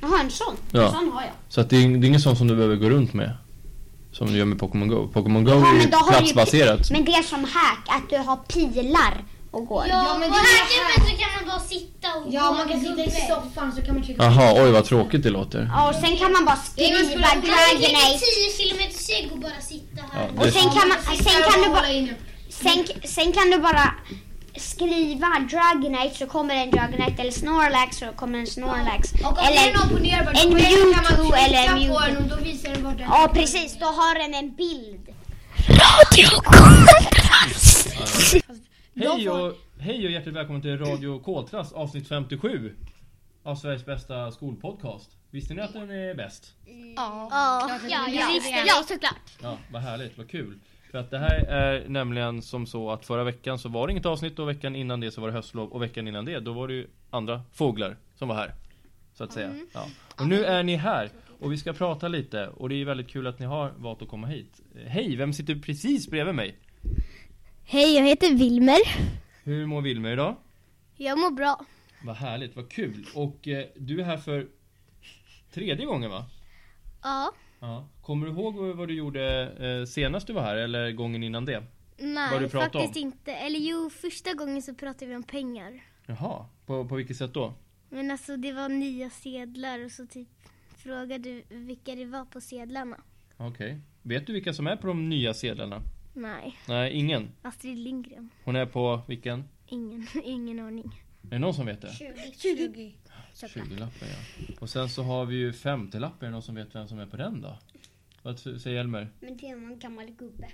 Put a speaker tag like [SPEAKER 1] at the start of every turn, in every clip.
[SPEAKER 1] Jaha, en sån?
[SPEAKER 2] Ja.
[SPEAKER 1] En sån har jag.
[SPEAKER 2] Så att det, är, det är ingen sån som du behöver gå runt med. Som du gör med Pokémon Go. Pokémon Go
[SPEAKER 3] Ja,
[SPEAKER 2] är
[SPEAKER 3] men
[SPEAKER 2] ju
[SPEAKER 3] då har du ju-
[SPEAKER 2] platsbaserat.
[SPEAKER 3] Men det är som hack, att du har pilar och går.
[SPEAKER 4] Ja,
[SPEAKER 1] men
[SPEAKER 4] men
[SPEAKER 1] det
[SPEAKER 4] på
[SPEAKER 1] är
[SPEAKER 4] den här
[SPEAKER 1] så här.
[SPEAKER 4] kuben så kan man bara sitta och
[SPEAKER 1] Ja, man kan sitta i
[SPEAKER 4] runt.
[SPEAKER 1] soffan så kan man trycka
[SPEAKER 2] Jaha, oj vad tråkigt det låter.
[SPEAKER 3] Ja, och sen kan man bara skriva
[SPEAKER 1] Ja, men man skulle-
[SPEAKER 4] Man kan
[SPEAKER 3] Dragonite.
[SPEAKER 4] dricka 10 kilometer cigg och bara sitta här.
[SPEAKER 2] Ja,
[SPEAKER 3] Och sen kan, man,
[SPEAKER 1] Sitta
[SPEAKER 3] sen, kan
[SPEAKER 1] och
[SPEAKER 3] du
[SPEAKER 1] hålla
[SPEAKER 3] bara,
[SPEAKER 1] inne.
[SPEAKER 3] sen, sen kan du bara skriva Dragonite så kommer en Dragonite eller Snorlax så kommer en Snorlax.
[SPEAKER 1] Och om det är
[SPEAKER 3] Eller,
[SPEAKER 1] någon på nerbar
[SPEAKER 3] en
[SPEAKER 1] kan man
[SPEAKER 3] Mewtwo
[SPEAKER 1] trycka
[SPEAKER 3] eller en
[SPEAKER 1] på
[SPEAKER 3] Mewtwo.
[SPEAKER 1] den och då visar den vart den
[SPEAKER 3] ja precis, då har den en bild.
[SPEAKER 2] Hej och, hej och hjärtligt välkommen till Radio Koltrast avsnitt 57 av Sveriges bästa skolpodcast. Visste ni att den är bäst?
[SPEAKER 3] Ja,
[SPEAKER 4] Ja, ja, ja.
[SPEAKER 3] såklart.
[SPEAKER 2] Ja, vad härligt, vad kul. För att det här är nämligen som så att förra veckan så var det inget avsnitt och veckan innan det så var det höstlov och veckan innan det då var det ju andra fåglar som var här. Så att säga.
[SPEAKER 5] Mm.
[SPEAKER 2] Ja. Och nu är ni här och vi ska prata lite och det är ju väldigt kul att ni har valt att komma hit. Eh, Hej, vem sitter precis bredvid mig?
[SPEAKER 5] Hej, jag heter Wilmer.
[SPEAKER 2] Hur mår Wilmer idag?
[SPEAKER 5] Jag mår bra.
[SPEAKER 2] Vad härligt, vad kul. Och eh, du är här för tredje gången va?
[SPEAKER 5] Ja.
[SPEAKER 2] Ja. Kommer du ihåg vad vad du gjorde eh, senast du var här eller gången innan det? Vad du
[SPEAKER 5] Nej,
[SPEAKER 2] pratar
[SPEAKER 5] faktiskt
[SPEAKER 2] om?
[SPEAKER 5] inte. Eller jo, första gången så pratade vi om pengar.
[SPEAKER 2] Jaha, på, på vilket sätt då?
[SPEAKER 5] Men alltså det var nya sedlar och så typ frågade du vilka det var på sedlarna.
[SPEAKER 2] Okej. Vet du vilka som är på de nya sedlarna?
[SPEAKER 5] Nej,
[SPEAKER 2] Nej, ingen.
[SPEAKER 5] Astrid Lindgren.
[SPEAKER 2] Hon är på vilken?
[SPEAKER 5] Ingen, ingen aning.
[SPEAKER 2] Är det någon som vet det?
[SPEAKER 1] 20.
[SPEAKER 2] 20-lappen ja. Och sen så har vi ju 50-lappen. Är det någon som vet vem som är på den då? Vad t- säger Elmer?
[SPEAKER 3] Men det är en gammal gubbe.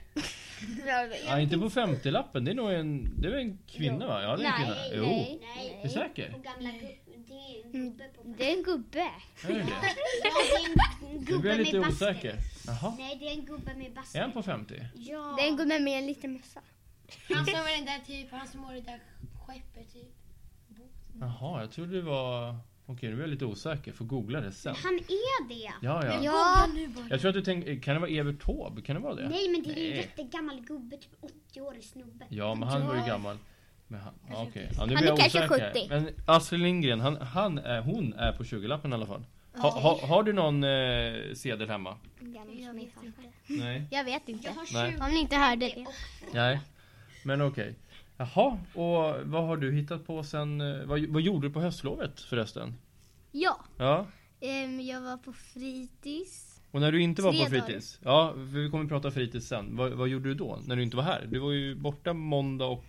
[SPEAKER 2] Nej, inte på 50-lappen. Det är nog en, det är väl en kvinna va? Ja, det är en kvinna. Jo. Är du säker?
[SPEAKER 4] Mm.
[SPEAKER 3] Gamla gubbe, det är en gubbe på
[SPEAKER 4] Det är en gubbe.
[SPEAKER 2] Är det det?
[SPEAKER 3] gubbe
[SPEAKER 2] Du blir jag lite
[SPEAKER 3] med basket.
[SPEAKER 2] osäker. Jaha.
[SPEAKER 3] Nej, det är en gubbe med
[SPEAKER 2] Är
[SPEAKER 3] basket.
[SPEAKER 2] han på 50?
[SPEAKER 3] Ja.
[SPEAKER 5] Den går med mig en liten mössa.
[SPEAKER 4] Han som var den där typ, han som var det där skeppet typ.
[SPEAKER 2] Jaha, jag trodde det var... Okej, nu är jag lite osäker. Får googla det sen.
[SPEAKER 3] Han är det.
[SPEAKER 2] Ja, ja.
[SPEAKER 5] Ja,
[SPEAKER 2] Jag tror att du tänkte... Kan det vara Evert Taube? Kan det vara det?
[SPEAKER 3] Nej, men det är ju en
[SPEAKER 2] Nej.
[SPEAKER 3] jättegammal gubbe, typ 80-årig snubbe.
[SPEAKER 2] Ja, men han var ju gammal. Men han, ja, okej. Ja, nu
[SPEAKER 5] Han
[SPEAKER 2] blir jag
[SPEAKER 5] är kanske
[SPEAKER 2] osäker.
[SPEAKER 5] 70.
[SPEAKER 2] Men Astrid Lindgren, han, han är, hon är på 20-lappen i alla fall. Ha, ha, har du någon eh, sedel hemma?
[SPEAKER 5] jag vet inte.
[SPEAKER 2] Nej.
[SPEAKER 5] Jag vet inte.
[SPEAKER 2] Nej.
[SPEAKER 5] Om ni inte hörde det.
[SPEAKER 2] Nej. Men okej. Jaha, och vad har du hittat på sen? eh, Vad, vad gjorde du på höstlovet förresten?
[SPEAKER 5] Ja,
[SPEAKER 2] Ja.
[SPEAKER 5] ehm, jag var på fritids.
[SPEAKER 2] Och när du inte var
[SPEAKER 5] Tre
[SPEAKER 2] på
[SPEAKER 5] dagar.
[SPEAKER 2] fritids? Ja, för vi kommer prata fritids sen. Vad, vad gjorde du då? När du inte var här? Du var ju borta måndag och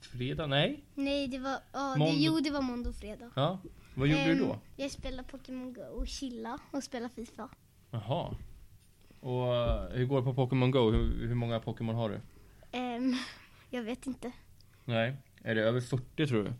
[SPEAKER 2] fredag? Nej?
[SPEAKER 5] Nej, det var, ja, det,
[SPEAKER 2] Måndag.
[SPEAKER 5] jo det var måndag och fredag.
[SPEAKER 2] Ja. Vad gjorde du
[SPEAKER 5] Ehm,
[SPEAKER 2] då?
[SPEAKER 5] Jag spelade Pokémon Go och chilla och spela FIFA.
[SPEAKER 2] Jaha. Och eh, hur går det på Pokémon Go? Hur, hur många Pokémon har du?
[SPEAKER 5] Ehm, jag vet inte.
[SPEAKER 2] Nej. Är det över 40 tror du?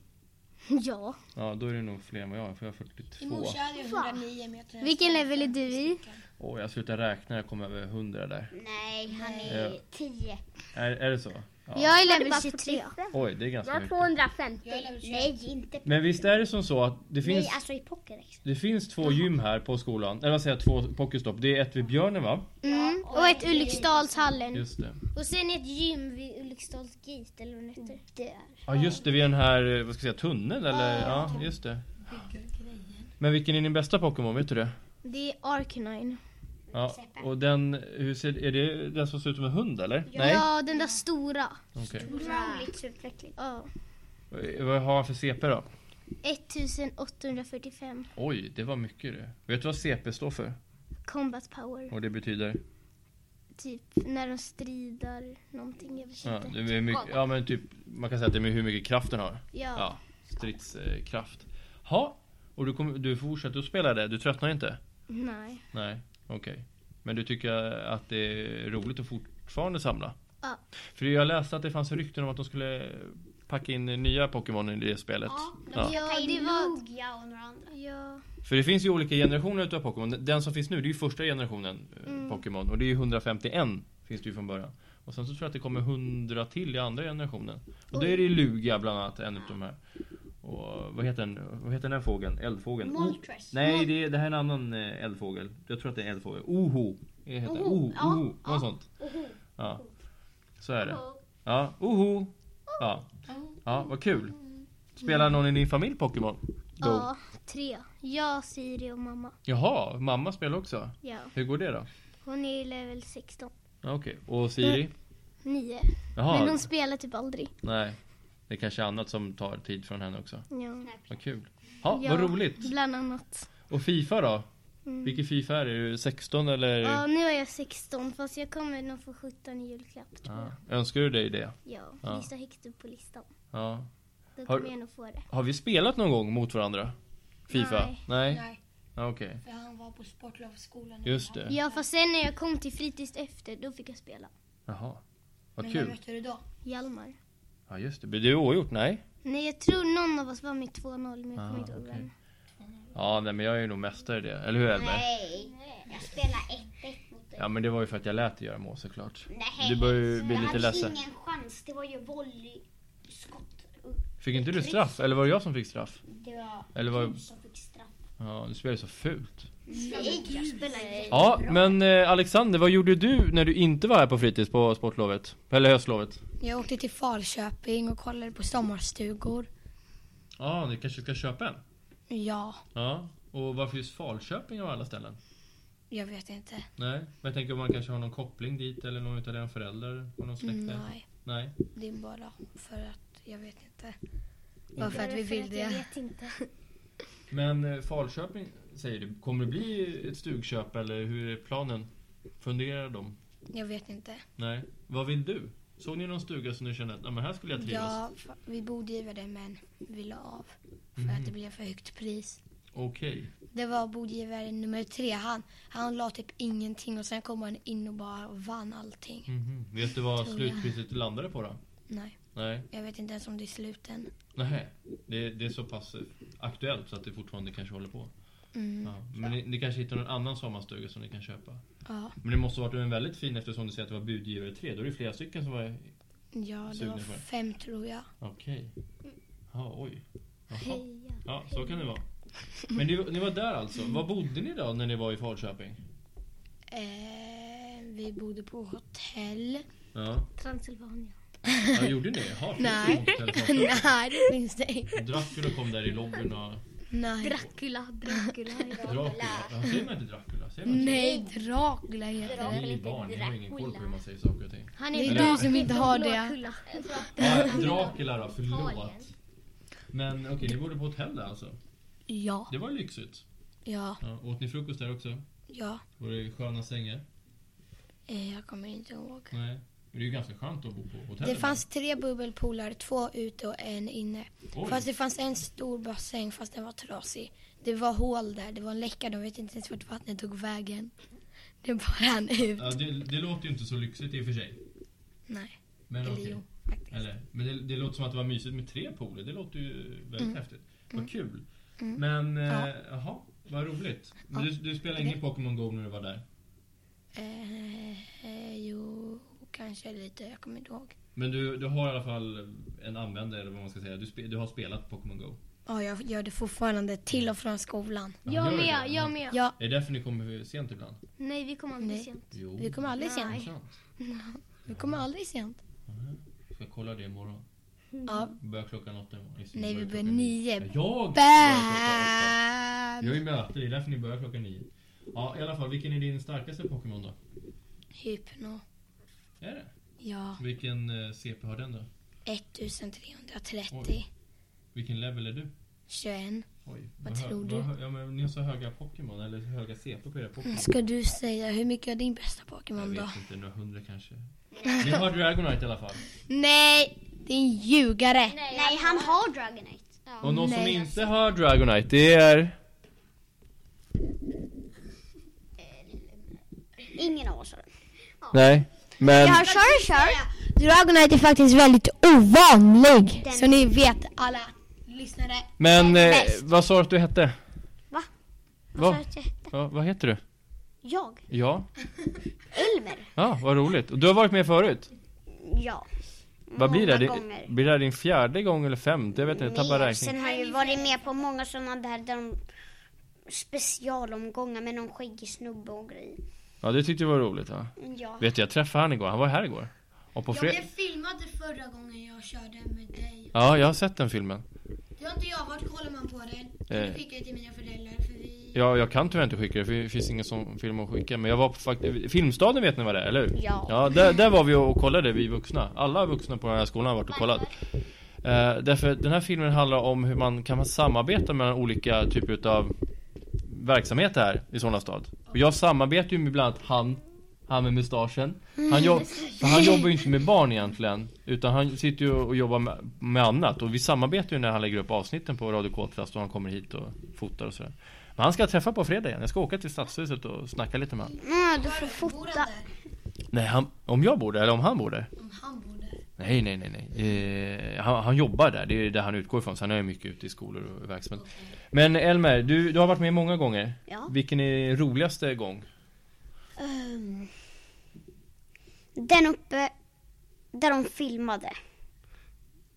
[SPEAKER 5] Ja.
[SPEAKER 2] Ja, då är det nog fler än vad jag är, för jag har 42.
[SPEAKER 4] I morse hade jag 109 meter.
[SPEAKER 5] Vilken level är du i?
[SPEAKER 2] Åh, jag slutar räkna när jag kommer över 100 där.
[SPEAKER 3] Nej, han
[SPEAKER 2] Ja.
[SPEAKER 3] är 10.
[SPEAKER 2] Är, är det så? Ja.
[SPEAKER 5] Jag är level 23.
[SPEAKER 2] Oj, det är ganska mycket.
[SPEAKER 3] 250.
[SPEAKER 4] Jag är level 21.
[SPEAKER 3] Nej, inte
[SPEAKER 2] Men visst är det som så att det finns,
[SPEAKER 3] Nej, alltså i Pokédex.
[SPEAKER 2] det finns två gym här på skolan? Eller vad säger jag, två Pokéstopp. Det är ett vid Björnen va?
[SPEAKER 5] Mm. Och ett Ulriksdalshallen.
[SPEAKER 2] Just det.
[SPEAKER 5] Och sen ett gym vid Ulriksdals gate eller vad det heter.
[SPEAKER 2] Ja just det, vid den här, eh, vad ska jag säga, tunneln eller? Ja, just det. Men vilken är din bästa Pokémon, vet du det?
[SPEAKER 5] Det är Arcanine.
[SPEAKER 2] Ja, och den, hur ser, är det den som ser ut som en hund eller?
[SPEAKER 5] Ja, den där stora.
[SPEAKER 2] Okej. Eh,
[SPEAKER 3] Otroligt utveckling.
[SPEAKER 5] Ja.
[SPEAKER 2] Vad har han för CP då?
[SPEAKER 5] 1845
[SPEAKER 2] Oj, det var mycket det. Vet du vad CP står för?
[SPEAKER 5] combat power.
[SPEAKER 2] Och det betyder?
[SPEAKER 5] Typ när de strider någonting. Jag vet
[SPEAKER 2] Ja,
[SPEAKER 5] inte.
[SPEAKER 2] det är mycket, ja men typ, man kan säga att det är hur mycket kraft den har.
[SPEAKER 5] Ja.
[SPEAKER 2] Ja, stridskraft. Ha, och du, kommer, du fortsätter att spela det? Du tröttnar inte?
[SPEAKER 5] Nej.
[SPEAKER 2] Nej, okej. Men du tycker att det är roligt att fortfarande samla?
[SPEAKER 5] Ja.
[SPEAKER 2] För jag läste att det fanns rykten om att de skulle packa in nya Pokémon i det spelet.
[SPEAKER 3] Ja,
[SPEAKER 5] Ja,
[SPEAKER 3] det
[SPEAKER 5] det var-
[SPEAKER 3] var Lugia och några andra.
[SPEAKER 5] Ja.
[SPEAKER 2] För det finns ju olika generationer utav Pokémon. Den som finns nu, det är ju första generationen eh,
[SPEAKER 3] Mm.
[SPEAKER 2] Pokémon. Och det är ju 151 finns det ju från början. Och sen så tror jag att det kommer 100 till i andra generationen. Och då är det ju Lugia bland annat, en utav de här. Och vad heter den, vad heter den här fågeln? Eldfågeln? O-
[SPEAKER 3] Moltres.
[SPEAKER 2] Nej, det, är, det här är en annan eh, eldfågel. Jag tror att det är eldfågel. Oho! eh, Heter den.
[SPEAKER 3] Oho,
[SPEAKER 2] Oho,
[SPEAKER 3] ja,
[SPEAKER 2] oho, något
[SPEAKER 3] ja.
[SPEAKER 2] sånt.
[SPEAKER 3] Oho.
[SPEAKER 2] Ja. Så är det. Ja, oho!
[SPEAKER 3] Mm.
[SPEAKER 2] Ja. ja, vad kul. Spelar någon i din familj Pokémon? Go.
[SPEAKER 5] ja. tre. Jag, Siri och mamma.
[SPEAKER 2] Jaha, mamma spelar också.
[SPEAKER 5] Ja.
[SPEAKER 2] Hur går det då?
[SPEAKER 5] Hon är level 16.
[SPEAKER 2] Ja, Okej, och Siri?
[SPEAKER 5] Nio. Men
[SPEAKER 2] Jaha,
[SPEAKER 5] hon spelar typ aldrig.
[SPEAKER 2] nej. Det är kanske är annat som tar tid från henne också.
[SPEAKER 5] Ja.
[SPEAKER 2] Vad kul. Ja,
[SPEAKER 5] Ja,
[SPEAKER 2] vad roligt.
[SPEAKER 5] Bland annat.
[SPEAKER 2] Och Fifa då?
[SPEAKER 5] Mm.
[SPEAKER 2] Vilken Fifa är det? Är du 16 eller?
[SPEAKER 5] Ja, nu är jag 16 fast jag kommer nog få 17 i julklapp tror
[SPEAKER 2] Ah,
[SPEAKER 5] jag.
[SPEAKER 2] önskar du dig det?
[SPEAKER 5] Ja,
[SPEAKER 2] Ja.
[SPEAKER 5] det står högt upp på listan.
[SPEAKER 2] Ja.
[SPEAKER 5] Då
[SPEAKER 2] Har-
[SPEAKER 5] kommer jag nog få det.
[SPEAKER 2] Har vi spelat någon gång mot varandra? Fifa?
[SPEAKER 5] Nej.
[SPEAKER 2] Nej.
[SPEAKER 4] Nej,
[SPEAKER 2] Ja, Okej,
[SPEAKER 4] för han var på sportlovsskolan.
[SPEAKER 2] just det.
[SPEAKER 5] Ja, fast sen när jag kom till fritids efter, då fick jag spela.
[SPEAKER 2] Jaha.
[SPEAKER 4] Men
[SPEAKER 2] Vad
[SPEAKER 4] vem
[SPEAKER 2] kul.
[SPEAKER 4] mötte du då?
[SPEAKER 5] Hjalmar.
[SPEAKER 2] Ja just det. Blir du oavgjort? Nej?
[SPEAKER 5] Nej, jag tror någon av oss var med 2-0, men jag
[SPEAKER 2] Ah,
[SPEAKER 5] kommer inte ihåg
[SPEAKER 2] okej.
[SPEAKER 5] vem.
[SPEAKER 2] Ja, nej men jag är ju nog mästare i det. Eller hur Elmer?
[SPEAKER 3] Nej, jag spelar 1-1 mot dig.
[SPEAKER 2] Ja men det var ju för att jag lät dig göra mål såklart.
[SPEAKER 3] Nej.
[SPEAKER 2] Du börjar ju bli
[SPEAKER 3] jag
[SPEAKER 2] lite
[SPEAKER 3] hade
[SPEAKER 2] ledsen.
[SPEAKER 3] ingen chans. Det var ju volleyskott.
[SPEAKER 2] Fick inte du straff? Eller var det jag som fick straff?
[SPEAKER 3] Det var
[SPEAKER 2] Eller var-
[SPEAKER 3] du som fick straff.
[SPEAKER 2] Ja, du spelade så fult.
[SPEAKER 6] Eh,
[SPEAKER 3] Nej, jag spelar inte.
[SPEAKER 2] Ja, men eh, Alexander, vad gjorde du när du inte var här på fritids på sportlovet? Eller höstlovet?
[SPEAKER 6] Jag åkte till Falköping och kollade på sommarstugor.
[SPEAKER 2] Ja, ni kanske ska köpa en?
[SPEAKER 6] Ja,
[SPEAKER 2] Ja. Och varför just Falköping av alla ställen?
[SPEAKER 6] jag vet inte.
[SPEAKER 2] Nej, men jag tänker om man kanske har någon koppling dit eller någon utav dina föräldrar och någon släkt där?
[SPEAKER 6] Nej,
[SPEAKER 2] Nej.
[SPEAKER 6] det är bara för att jag vet inte. Bara för att vi vill
[SPEAKER 5] Jag
[SPEAKER 6] det.
[SPEAKER 5] vet inte.
[SPEAKER 2] Men eh, Falköping säger du, kommer det bli ett stugköp eller hur är planen? Funderar de?
[SPEAKER 6] Jag vet inte.
[SPEAKER 2] Nej. Vad vill du? Såg ni någon stuga som ni kände att "Ja, men här skulle jag trivas?
[SPEAKER 6] Ja, fa- vi borde ju göra det men vi la av. För
[SPEAKER 2] Mm.
[SPEAKER 6] att det blev för högt pris.
[SPEAKER 2] Okej.
[SPEAKER 6] Det var budgivare nummer tre. Han, han la typ ingenting och sen kom han in och bara vann allting.
[SPEAKER 2] Mhm. Vet du vad
[SPEAKER 6] Tror jag.
[SPEAKER 2] slutpriset landade på då?
[SPEAKER 6] Nej,
[SPEAKER 2] Nej.
[SPEAKER 6] jag vet inte ens om det är sluten.
[SPEAKER 2] Nej, det, det är så pass aktuellt så att det fortfarande kanske håller på.
[SPEAKER 6] Mm,
[SPEAKER 2] Ja. Men ni, ni kanske hittar någon annan sommarstuga som ni kan köpa.
[SPEAKER 6] ja.
[SPEAKER 2] Men det måste ha varit en väldigt fin eftersom du säger att det var budgivare tre. Då är det flera stycken som var...
[SPEAKER 6] ja, det
[SPEAKER 2] Sugna
[SPEAKER 6] var
[SPEAKER 2] på det.
[SPEAKER 6] fem tror jag.
[SPEAKER 2] Okej. Ja, oj. Jaha.
[SPEAKER 5] Heja.
[SPEAKER 2] Ja, så kan det vara. Men ni, ni var där alltså. Var bodde ni då när ni var i Falköping?
[SPEAKER 6] Eh, vi bodde på hotell.
[SPEAKER 2] Ja,
[SPEAKER 5] Transylvania.
[SPEAKER 2] ja gjorde ni? Jaha,
[SPEAKER 6] Nej.
[SPEAKER 2] fick ni inte telefonsamtal?
[SPEAKER 6] Nej, det finns det inte.
[SPEAKER 2] Dracula kom där i lobbyn och...
[SPEAKER 6] Nej.
[SPEAKER 5] Dracula, Dracula. ja.
[SPEAKER 2] Dracula? Ja, säger man inte Dracula? Säger man
[SPEAKER 6] Nej, Dracula heter
[SPEAKER 2] så?
[SPEAKER 6] det.
[SPEAKER 2] Ni är ju barn, ni har ingen koll på hur man säger saker och ting.
[SPEAKER 5] Han
[SPEAKER 6] Det är
[SPEAKER 5] bra.
[SPEAKER 6] du som inte har det.
[SPEAKER 5] Blåkulla.
[SPEAKER 2] Nej, Dracula då, förlåt.
[SPEAKER 3] Italien.
[SPEAKER 2] Men okej, ni bodde på hotell där alltså?
[SPEAKER 6] Ja,
[SPEAKER 2] Det var ju lyxigt.
[SPEAKER 6] ja,
[SPEAKER 2] Ja, åt ni frukost där också?
[SPEAKER 6] ja.
[SPEAKER 2] Var det sköna sängar?
[SPEAKER 6] Eh, jag kommer inte ihåg.
[SPEAKER 2] Nej. Men det är ju ganska skönt att bo på hotell.
[SPEAKER 6] Det fanns tre bubbelpooler, två ute och en inne.
[SPEAKER 2] Oj.
[SPEAKER 6] Fast det fanns en stor bassäng fast den var trasig. Det var hål där, det var en läcka, de vet inte ens vart vattnet tog vägen. Det bara rann ut.
[SPEAKER 2] Ja, det, det låter ju inte så lyxigt i och för sig.
[SPEAKER 6] Nej,
[SPEAKER 2] Men
[SPEAKER 6] eller
[SPEAKER 2] okej.
[SPEAKER 6] jo, faktiskt.
[SPEAKER 2] Eller? Men det, det låter som att det var mysigt med tre pooler. Det låter ju väldigt häftigt. Vad kul. Men,
[SPEAKER 6] Mm. Ja.
[SPEAKER 2] eh, jaha. vad roligt. Men du, du spelade ingen Pokémon Go när du var där?
[SPEAKER 6] Eh, eh, jo, kanske lite, jag kommer inte ihåg.
[SPEAKER 2] Men du, du har i alla fall en användare eller vad man ska säga. Du, spe, du har spelat Pokémon Go?
[SPEAKER 6] Ja, jag gör det fortfarande till och från skolan.
[SPEAKER 2] Gör
[SPEAKER 5] Jag
[SPEAKER 2] du
[SPEAKER 5] med,
[SPEAKER 2] det?
[SPEAKER 5] jag med.
[SPEAKER 6] Ja,
[SPEAKER 2] Är det därför ni kommer sent ibland?
[SPEAKER 5] Nej, vi kom aldrig
[SPEAKER 6] Nej.
[SPEAKER 5] sent.
[SPEAKER 2] Jo.
[SPEAKER 6] vi kommer aldrig sent.
[SPEAKER 2] sant.
[SPEAKER 6] Vi kommer aldrig sent.
[SPEAKER 2] Ska jag kolla det imorgon?
[SPEAKER 6] Ja,
[SPEAKER 2] Börjar klockan åtta imorgon? Just det,
[SPEAKER 6] Nej, vi börjar
[SPEAKER 2] klockan
[SPEAKER 6] nio.
[SPEAKER 2] Ja, Jag! börjar klockan åtta. Vi
[SPEAKER 6] bam!
[SPEAKER 2] har ju möte, det är därför ni börjar klockan nio. Ja, i alla fall. Vilken är din starkaste Pokémon då?
[SPEAKER 6] Hypno.
[SPEAKER 2] Är det?
[SPEAKER 6] Ja,
[SPEAKER 2] Vilken eh, CP har den då?
[SPEAKER 6] 1330.
[SPEAKER 2] Oj. Vilken level är du?
[SPEAKER 6] 21.
[SPEAKER 2] Oj.
[SPEAKER 6] Vad
[SPEAKER 2] hö-
[SPEAKER 6] tror du?
[SPEAKER 2] hö- ja, men ni har så höga Pokémon, eller höga CP på era Pokémon.
[SPEAKER 6] Mm, Ska du säga, hur mycket är din bästa
[SPEAKER 2] Jag
[SPEAKER 6] Pokémon då?
[SPEAKER 2] vet inte, några hundra kanske. Ni har Dragonite i alla fall.
[SPEAKER 6] Nej, din ljugare!
[SPEAKER 3] Nej, han har Dragonite.
[SPEAKER 2] Och någon som
[SPEAKER 6] Nej.
[SPEAKER 2] inte har Dragonite, det är...
[SPEAKER 3] Ingen av oss har det.
[SPEAKER 2] Nej. Men...
[SPEAKER 6] Ja, kör, kör! Dragonite är faktiskt väldigt ovanlig.
[SPEAKER 3] Den-
[SPEAKER 6] Så ni vet alla lyssnare.
[SPEAKER 2] Men eh, vad sa du att du hette?
[SPEAKER 3] Va?
[SPEAKER 2] Vad sa du att jag hette? Ja, vad heter du?
[SPEAKER 3] Jag?
[SPEAKER 2] Ja.
[SPEAKER 3] Elmer?
[SPEAKER 2] ja, vad roligt. Och du har varit med förut?
[SPEAKER 3] Ja.
[SPEAKER 2] Vad blir det?
[SPEAKER 3] Många
[SPEAKER 2] det?
[SPEAKER 3] gånger.
[SPEAKER 2] Blir det här din fjärde gång eller femte? Jag vet inte, jag tappar
[SPEAKER 3] Mer. Sen
[SPEAKER 2] räkningen.
[SPEAKER 3] har jag ju varit med på många sådana där, där de specialomgångar med någon skäggig snubbe och grej.
[SPEAKER 2] Ja, det tyckte jag var roligt. Ja.
[SPEAKER 3] Ja.
[SPEAKER 2] Vet du, jag träffade han igår. Han var här igår. Och på fred...
[SPEAKER 4] filmade förra gången jag körde med dig.
[SPEAKER 2] Ja, jag har sett den filmen.
[SPEAKER 4] Det har inte jag. Vart kollar man på det?
[SPEAKER 2] Eh.
[SPEAKER 4] Jag skickar det till mina föräldrar för vi...
[SPEAKER 2] Ja, jag kan tyvärr inte skicka det för det finns ingen sån film att skicka. Men jag var på faktiskt, Filmstaden vet ni vad det är, eller hur?
[SPEAKER 3] Ja.
[SPEAKER 2] Ja, där, där var vi och kollade, vi vuxna. Alla vuxna på den här skolan har varit och kollat. Eh, därför att den här filmen handlar om hur man kan samarbeta mellan olika typer utav verksamheter här i Solna stad. Och jag samarbetar ju med bland annat han, han med mustaschen. Han, jobb, för han jobbar ju inte med barn egentligen, utan han sitter ju och jobbar med, med annat. Och vi samarbetar ju när han lägger upp avsnitten på Radio Kåtfest och han kommer hit och fotar och sådär. Men han ska jag träffa på fredag igen. Jag ska åka till Stadshuset och snacka lite med honom.
[SPEAKER 3] Mm, du får
[SPEAKER 4] Bor han
[SPEAKER 3] fota.
[SPEAKER 4] där?
[SPEAKER 2] Nej, han, om jag bor där eller om han bor där?
[SPEAKER 4] Om han bor där.
[SPEAKER 2] Nej, nej, nej, nej. Eh, han, han jobbar där, det är där han utgår ifrån. Sen är han mycket ute i skolor och verksamhet. Men Elmer, du, du har varit med många gånger.
[SPEAKER 3] Ja.
[SPEAKER 2] Vilken är roligaste gång?
[SPEAKER 3] Ehm, Den uppe där de filmade.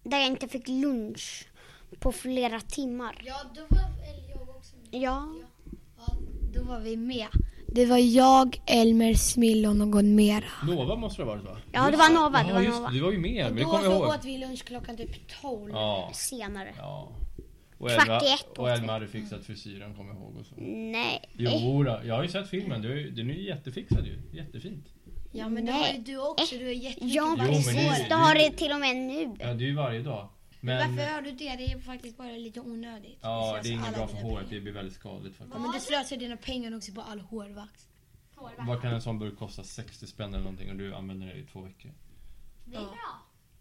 [SPEAKER 3] Där jag inte fick lunch på flera timmar.
[SPEAKER 4] Ja, då var väl jag också med.
[SPEAKER 3] Ja.
[SPEAKER 4] Ja,
[SPEAKER 6] Då var vi med. Det var jag, Elmer, Smille och någon mera.
[SPEAKER 2] Nova måste det ha varit va?
[SPEAKER 3] Ja, det var Nova,
[SPEAKER 2] Ja,
[SPEAKER 3] det var
[SPEAKER 2] just
[SPEAKER 3] Nova.
[SPEAKER 2] Du var ju med, men det
[SPEAKER 6] Då
[SPEAKER 2] kommer jag ihåg.
[SPEAKER 6] så åt vi lunch klockan typ 12.
[SPEAKER 2] Ja,
[SPEAKER 3] Senare.
[SPEAKER 2] ja. Och
[SPEAKER 3] Kvart i
[SPEAKER 2] Elma,
[SPEAKER 3] ett åt Eh.
[SPEAKER 2] och
[SPEAKER 3] vi.
[SPEAKER 2] Elma hade fixat frisyren, kommer jag ihåg. Och så.
[SPEAKER 3] Nej.
[SPEAKER 2] Jo, då, jag har ju sett filmen. Du, är ju- den är ju jättefixad ju. Jättefint.
[SPEAKER 6] Ja, men det var ju
[SPEAKER 3] Nej.
[SPEAKER 6] du också. Du är jätte...
[SPEAKER 3] Ja,
[SPEAKER 2] men
[SPEAKER 3] precis.
[SPEAKER 2] det-
[SPEAKER 3] Det har det till och med nu.
[SPEAKER 2] Ja, det är ju varje dag. Men,
[SPEAKER 4] Varför har du det? Det är faktiskt bara lite onödigt.
[SPEAKER 2] ja, det är
[SPEAKER 4] slösar
[SPEAKER 2] inget
[SPEAKER 4] alla
[SPEAKER 2] bra för
[SPEAKER 4] dina
[SPEAKER 2] håret. Det blir väldigt skadligt faktiskt.
[SPEAKER 6] Men du slösar dina pengar också på all hårvax.
[SPEAKER 2] Vad kan en sån burk kosta? 60 spänn eller någonting och du använder det i två veckor.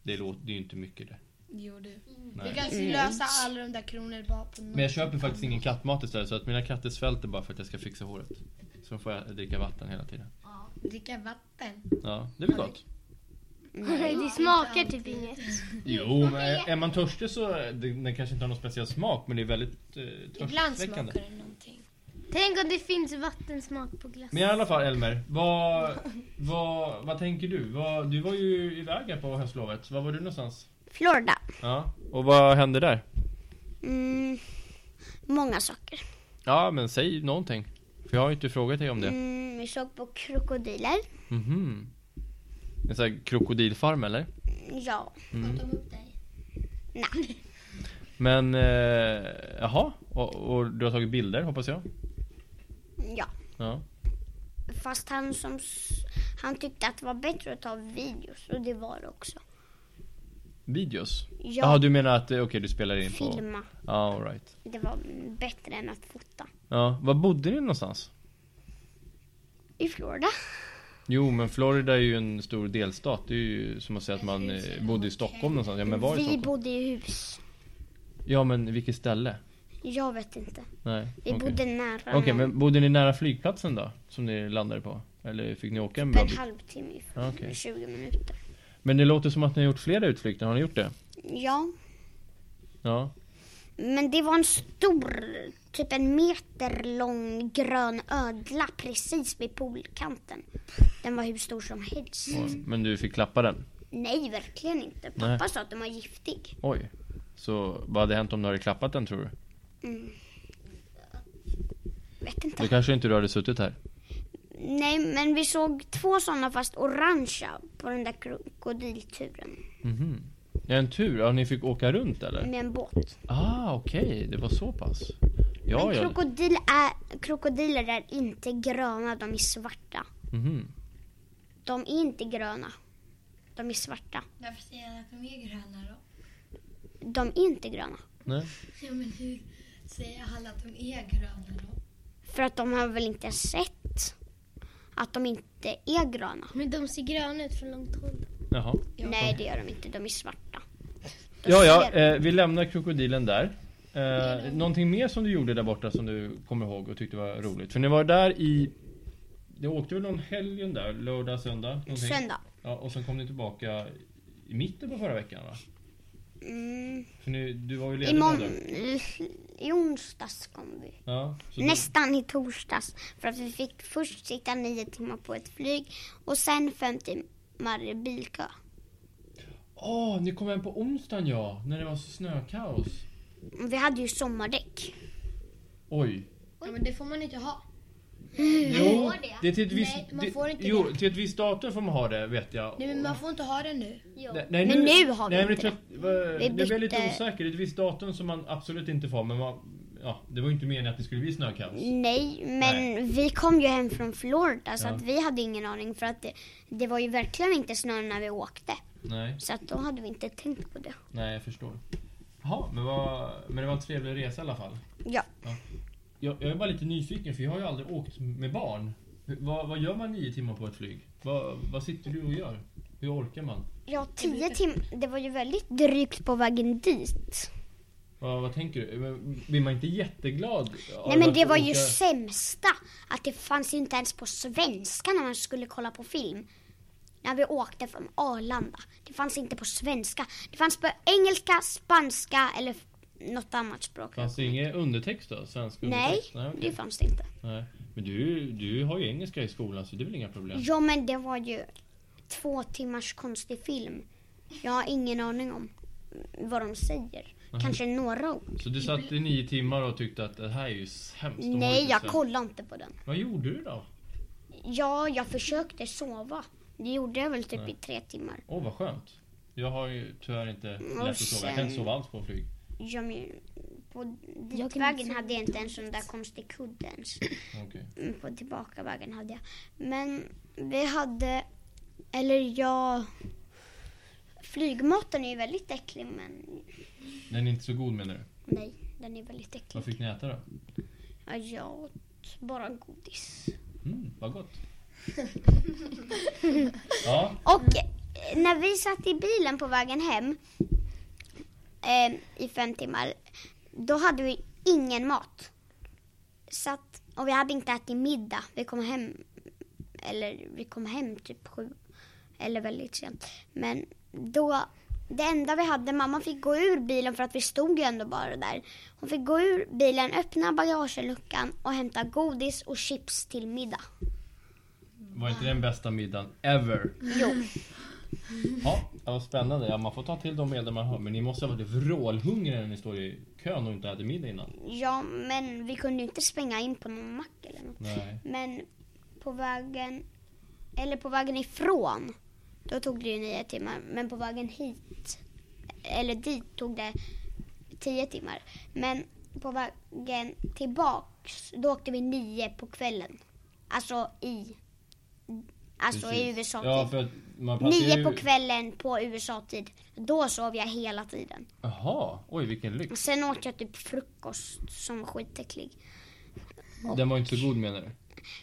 [SPEAKER 2] Det låter det är ju inte mycket det.
[SPEAKER 6] Jo, du.
[SPEAKER 2] Nej.
[SPEAKER 6] Du
[SPEAKER 4] Mm.
[SPEAKER 6] kan slösa alla de där kronorna bara på något.
[SPEAKER 2] Men jag köper faktiskt ingen kattmat istället så att mina katter svälter bara för att jag ska fixa håret. Så de får jag dricka vatten hela tiden.
[SPEAKER 6] Dricka vatten.
[SPEAKER 2] Ja, det blir gott.
[SPEAKER 5] Nej, det smakar typ inget.
[SPEAKER 2] Jo, men är man törstig så det- den kanske inte har någon speciell smak men det är väldigt eh,
[SPEAKER 6] Ibland smakar
[SPEAKER 2] törstväckande.
[SPEAKER 6] det någonting.
[SPEAKER 5] Tänk om det finns vattensmak på glass.
[SPEAKER 2] Men i alla fall Elmer, vad, vad, vad tänker du? Vad, du var ju iväg här på höstlovet. Var var du någonstans?
[SPEAKER 3] Florida.
[SPEAKER 2] Ja, och vad hände där?
[SPEAKER 3] Mm. Många saker.
[SPEAKER 2] Ja, men säg någonting. För jag har ju inte frågat dig om det.
[SPEAKER 3] Mm, vi såg på krokodiler.
[SPEAKER 2] Mhm. En sån här krokodilfarm eller?
[SPEAKER 3] Ja.
[SPEAKER 2] Mm.
[SPEAKER 4] pengar. Åt de upp dig?
[SPEAKER 3] Nej.
[SPEAKER 2] Men, eh, jaha. Och, och du har tagit bilder hoppas jag?
[SPEAKER 3] Ja.
[SPEAKER 2] Ja.
[SPEAKER 3] Fast han som... s- Han tyckte att det var bättre att ta videos och det var det också.
[SPEAKER 2] Videos?
[SPEAKER 3] Ja.
[SPEAKER 2] Jaha, du menar att, eh, okej du spelar in på...
[SPEAKER 3] Filma.
[SPEAKER 2] Ja, all right.
[SPEAKER 3] Det var bättre än att fota.
[SPEAKER 2] Ja, var bodde ni någonstans?
[SPEAKER 3] I Florida.
[SPEAKER 2] Jo, men Florida är ju en stor delstat. Det är ju som att säga att man eh, bodde i Stockholm någonstans. Ja, men var i
[SPEAKER 3] vi
[SPEAKER 2] Stockholm?
[SPEAKER 3] bodde i hus.
[SPEAKER 2] Ja, men vilket ställe?
[SPEAKER 3] Jag vet inte.
[SPEAKER 2] Nej,
[SPEAKER 3] Vi
[SPEAKER 2] okej.
[SPEAKER 3] bodde nära
[SPEAKER 2] Okej,
[SPEAKER 3] någon.
[SPEAKER 2] men bodde ni nära flygplatsen då? Som ni landade på? Eller fick ni åka en bra
[SPEAKER 3] Per
[SPEAKER 2] bit?
[SPEAKER 3] halvtimme, ungefär.
[SPEAKER 2] Ja, okej.
[SPEAKER 3] 20 minuter.
[SPEAKER 2] Men det låter som att ni har gjort flera utflykter. Har ni gjort det?
[SPEAKER 3] Ja,
[SPEAKER 2] Ja.
[SPEAKER 3] men det var en stor, typ en meter lång grön ödla precis vid poolkanten. Den var hur stor som helst.
[SPEAKER 2] Oj, Men du fick klappa den?
[SPEAKER 3] Nej, verkligen inte. Pappa
[SPEAKER 2] Nej.
[SPEAKER 3] sa att den var giftig.
[SPEAKER 2] Oj. Så vad hade hänt om du hade klappat den tror du?
[SPEAKER 3] Vet inte.
[SPEAKER 2] Då kanske inte du hade suttit här?
[SPEAKER 3] Nej, men vi såg två sådana fast orangea på den där krokodilturen
[SPEAKER 2] Mhm. Ja, en tur. Ja, ni fick åka runt eller?
[SPEAKER 3] med en båt.
[SPEAKER 2] Ah, okej. Det var så pass. Ja,
[SPEAKER 3] Men
[SPEAKER 2] ja.
[SPEAKER 3] krokodil är, krokodiler är inte gröna, de är svarta.
[SPEAKER 2] Mhm.
[SPEAKER 3] De är inte gröna. De är svarta.
[SPEAKER 4] Varför säger han att de är gröna då?
[SPEAKER 3] De är inte gröna.
[SPEAKER 2] Nej.
[SPEAKER 4] Ja, men hur säger han att de är gröna då?
[SPEAKER 3] För att de har väl inte sett att de inte är gröna.
[SPEAKER 5] Men de ser gröna ut från långt håll.
[SPEAKER 2] Jaha.
[SPEAKER 3] Nej, det gör de inte. De är svarta. De
[SPEAKER 2] Ja, ja.
[SPEAKER 3] ser-
[SPEAKER 2] Eh, vi lämnar krokodilen där. Eh, någonting mer som du gjorde där borta som du kommer ihåg och tyckte var roligt? För ni var där i... Det åkte väl någon helgen där? Lördag, söndag? Någonting.
[SPEAKER 3] Söndag.
[SPEAKER 2] Ja, och sen kom ni tillbaka i mitten på förra veckan va?
[SPEAKER 3] Mm,
[SPEAKER 2] För ni, du var ju ledig några
[SPEAKER 3] imorgon,
[SPEAKER 2] dagar.
[SPEAKER 3] I onsdags kom vi.
[SPEAKER 2] Ja, så
[SPEAKER 3] Nästan i torsdags. För att vi fick först sitta nio timmar på ett flyg och sen fem timmar i bilkö.
[SPEAKER 2] Du, åh, ni kom hem på onsdagen ja, när det var så snökaos.
[SPEAKER 3] Vi hade ju sommardäck.
[SPEAKER 2] Oj.
[SPEAKER 4] Ja, men det får man inte ha.
[SPEAKER 2] Jo,
[SPEAKER 4] får det.
[SPEAKER 2] det är till ett visst...
[SPEAKER 6] Nej, man
[SPEAKER 2] det-
[SPEAKER 6] får inte
[SPEAKER 2] Jo, till ett visst datum får man ha det vet jag.
[SPEAKER 6] Nej men man får inte ha det nu.
[SPEAKER 2] Nej, nej,
[SPEAKER 3] Men nu har vi
[SPEAKER 2] nej, men
[SPEAKER 3] inte
[SPEAKER 2] det. var-
[SPEAKER 3] Vi
[SPEAKER 2] Det blev lite
[SPEAKER 3] bytte-
[SPEAKER 2] osäkert. Det är ett visst datum som man absolut inte får. Men man, ja, det var ju inte meningen att det skulle bli snökaos.
[SPEAKER 3] Nej, men
[SPEAKER 2] Nej.
[SPEAKER 3] vi kom ju hem från Florida så
[SPEAKER 2] Ja.
[SPEAKER 3] att vi hade ingen aning för att det, det var ju verkligen inte snö när vi åkte.
[SPEAKER 2] Nej,
[SPEAKER 3] Så att då hade vi inte tänkt på det.
[SPEAKER 2] nej jag förstår. Jaha, men, vad, men det var en trevlig resa i alla fall.
[SPEAKER 3] Ja.
[SPEAKER 2] Jag, jag är bara lite nyfiken för jag har ju aldrig åkt med barn. Hur- Vad, vad gör man nio timmar på ett flyg? Vad, vad sitter du och gör? Hur orkar man?
[SPEAKER 3] Ja, tio timmar. Det var ju väldigt drygt på vägen dit.
[SPEAKER 2] Vad, vad tänker du? Men Blir man inte jätteglad? av
[SPEAKER 3] Nej men
[SPEAKER 2] att
[SPEAKER 3] det var
[SPEAKER 2] åka-
[SPEAKER 3] ju sämsta. Att det fanns ju inte ens på svenska när man skulle kolla på film. När vi åkte från Arlanda. Det fanns inte på svenska. Det fanns på engelska, spanska eller f- något annat språk.
[SPEAKER 2] Fanns det ingen undertext då? Svensk
[SPEAKER 3] Nej,
[SPEAKER 2] undertext? okej.
[SPEAKER 3] det fanns det inte.
[SPEAKER 2] Nej. Men du, du har ju engelska i skolan så det är väl inga problem?
[SPEAKER 3] Ja men det var ju två timmars konstig film. Jag har ingen aning om vad de säger. Kanske några ord.
[SPEAKER 2] Så du satt i nio timmar och tyckte att det här är ju hemskt. De har ju
[SPEAKER 3] Nej,
[SPEAKER 2] inte
[SPEAKER 3] jag
[SPEAKER 2] svensk-
[SPEAKER 3] kollade inte på den.
[SPEAKER 2] Vad gjorde du då?
[SPEAKER 3] Ja, jag försökte sova. Det gjorde jag väl typ i tre timmar.
[SPEAKER 2] Åh vad skönt. Jag har ju tyvärr inte lätt att sova. Jag kan
[SPEAKER 3] sen-
[SPEAKER 2] inte sova alls på flyg.
[SPEAKER 3] Jag, men- på ditvägen hade jag inte en sån där konstig kudde ens.
[SPEAKER 2] Okej.
[SPEAKER 3] Mm, På tillbakavägen hade jag. Men vi hade, eller jag... Flygmaten är ju väldigt äcklig men
[SPEAKER 2] Den är inte så god menar du?
[SPEAKER 3] nej, den är väldigt äcklig.
[SPEAKER 2] Vad fick ni äta då?
[SPEAKER 3] Ja, jag åt bara godis.
[SPEAKER 2] Mm, vad gott. ja,
[SPEAKER 3] Och eh, när vi satt i bilen på vägen hem eh, i fem timmar, då hade vi ingen mat. Så att, och vi hade inte ätit middag. Vi kom hem, eller vi kom hem typ sju, eller väldigt sent. Men då, det enda vi hade, mamma fick gå ur bilen för att vi stod ju ändå bara där. Hon fick gå ur bilen, öppna bagageluckan och hämta godis och chips till middag.
[SPEAKER 2] var inte den bästa middagen ever?
[SPEAKER 3] Jo.
[SPEAKER 2] Ja, det var spännande. Ja, man får ta till de medel man har. Men ni måste ha varit vrålhungriga när ni står i kön och inte ätit middag innan.
[SPEAKER 3] Ja, men vi kunde ju inte svänga in på någon mack eller något.
[SPEAKER 2] Nej.
[SPEAKER 3] Men på vägen, eller på vägen ifrån, då tog det ju nio timmar. Men på vägen hit, eller dit, tog det tio timmar. Men på vägen tillbaks, då åkte vi nio på kvällen. Alltså i, alltså i
[SPEAKER 2] Precis.
[SPEAKER 3] USA-tid.
[SPEAKER 2] Ja, för att man passar ju...
[SPEAKER 3] Nio på kvällen på USA-tid. Då sov jag hela tiden.
[SPEAKER 2] Jaha, oj vilken lyx.
[SPEAKER 3] Sen åt jag typ frukost som var skitäcklig.
[SPEAKER 2] Den var inte så god menar du?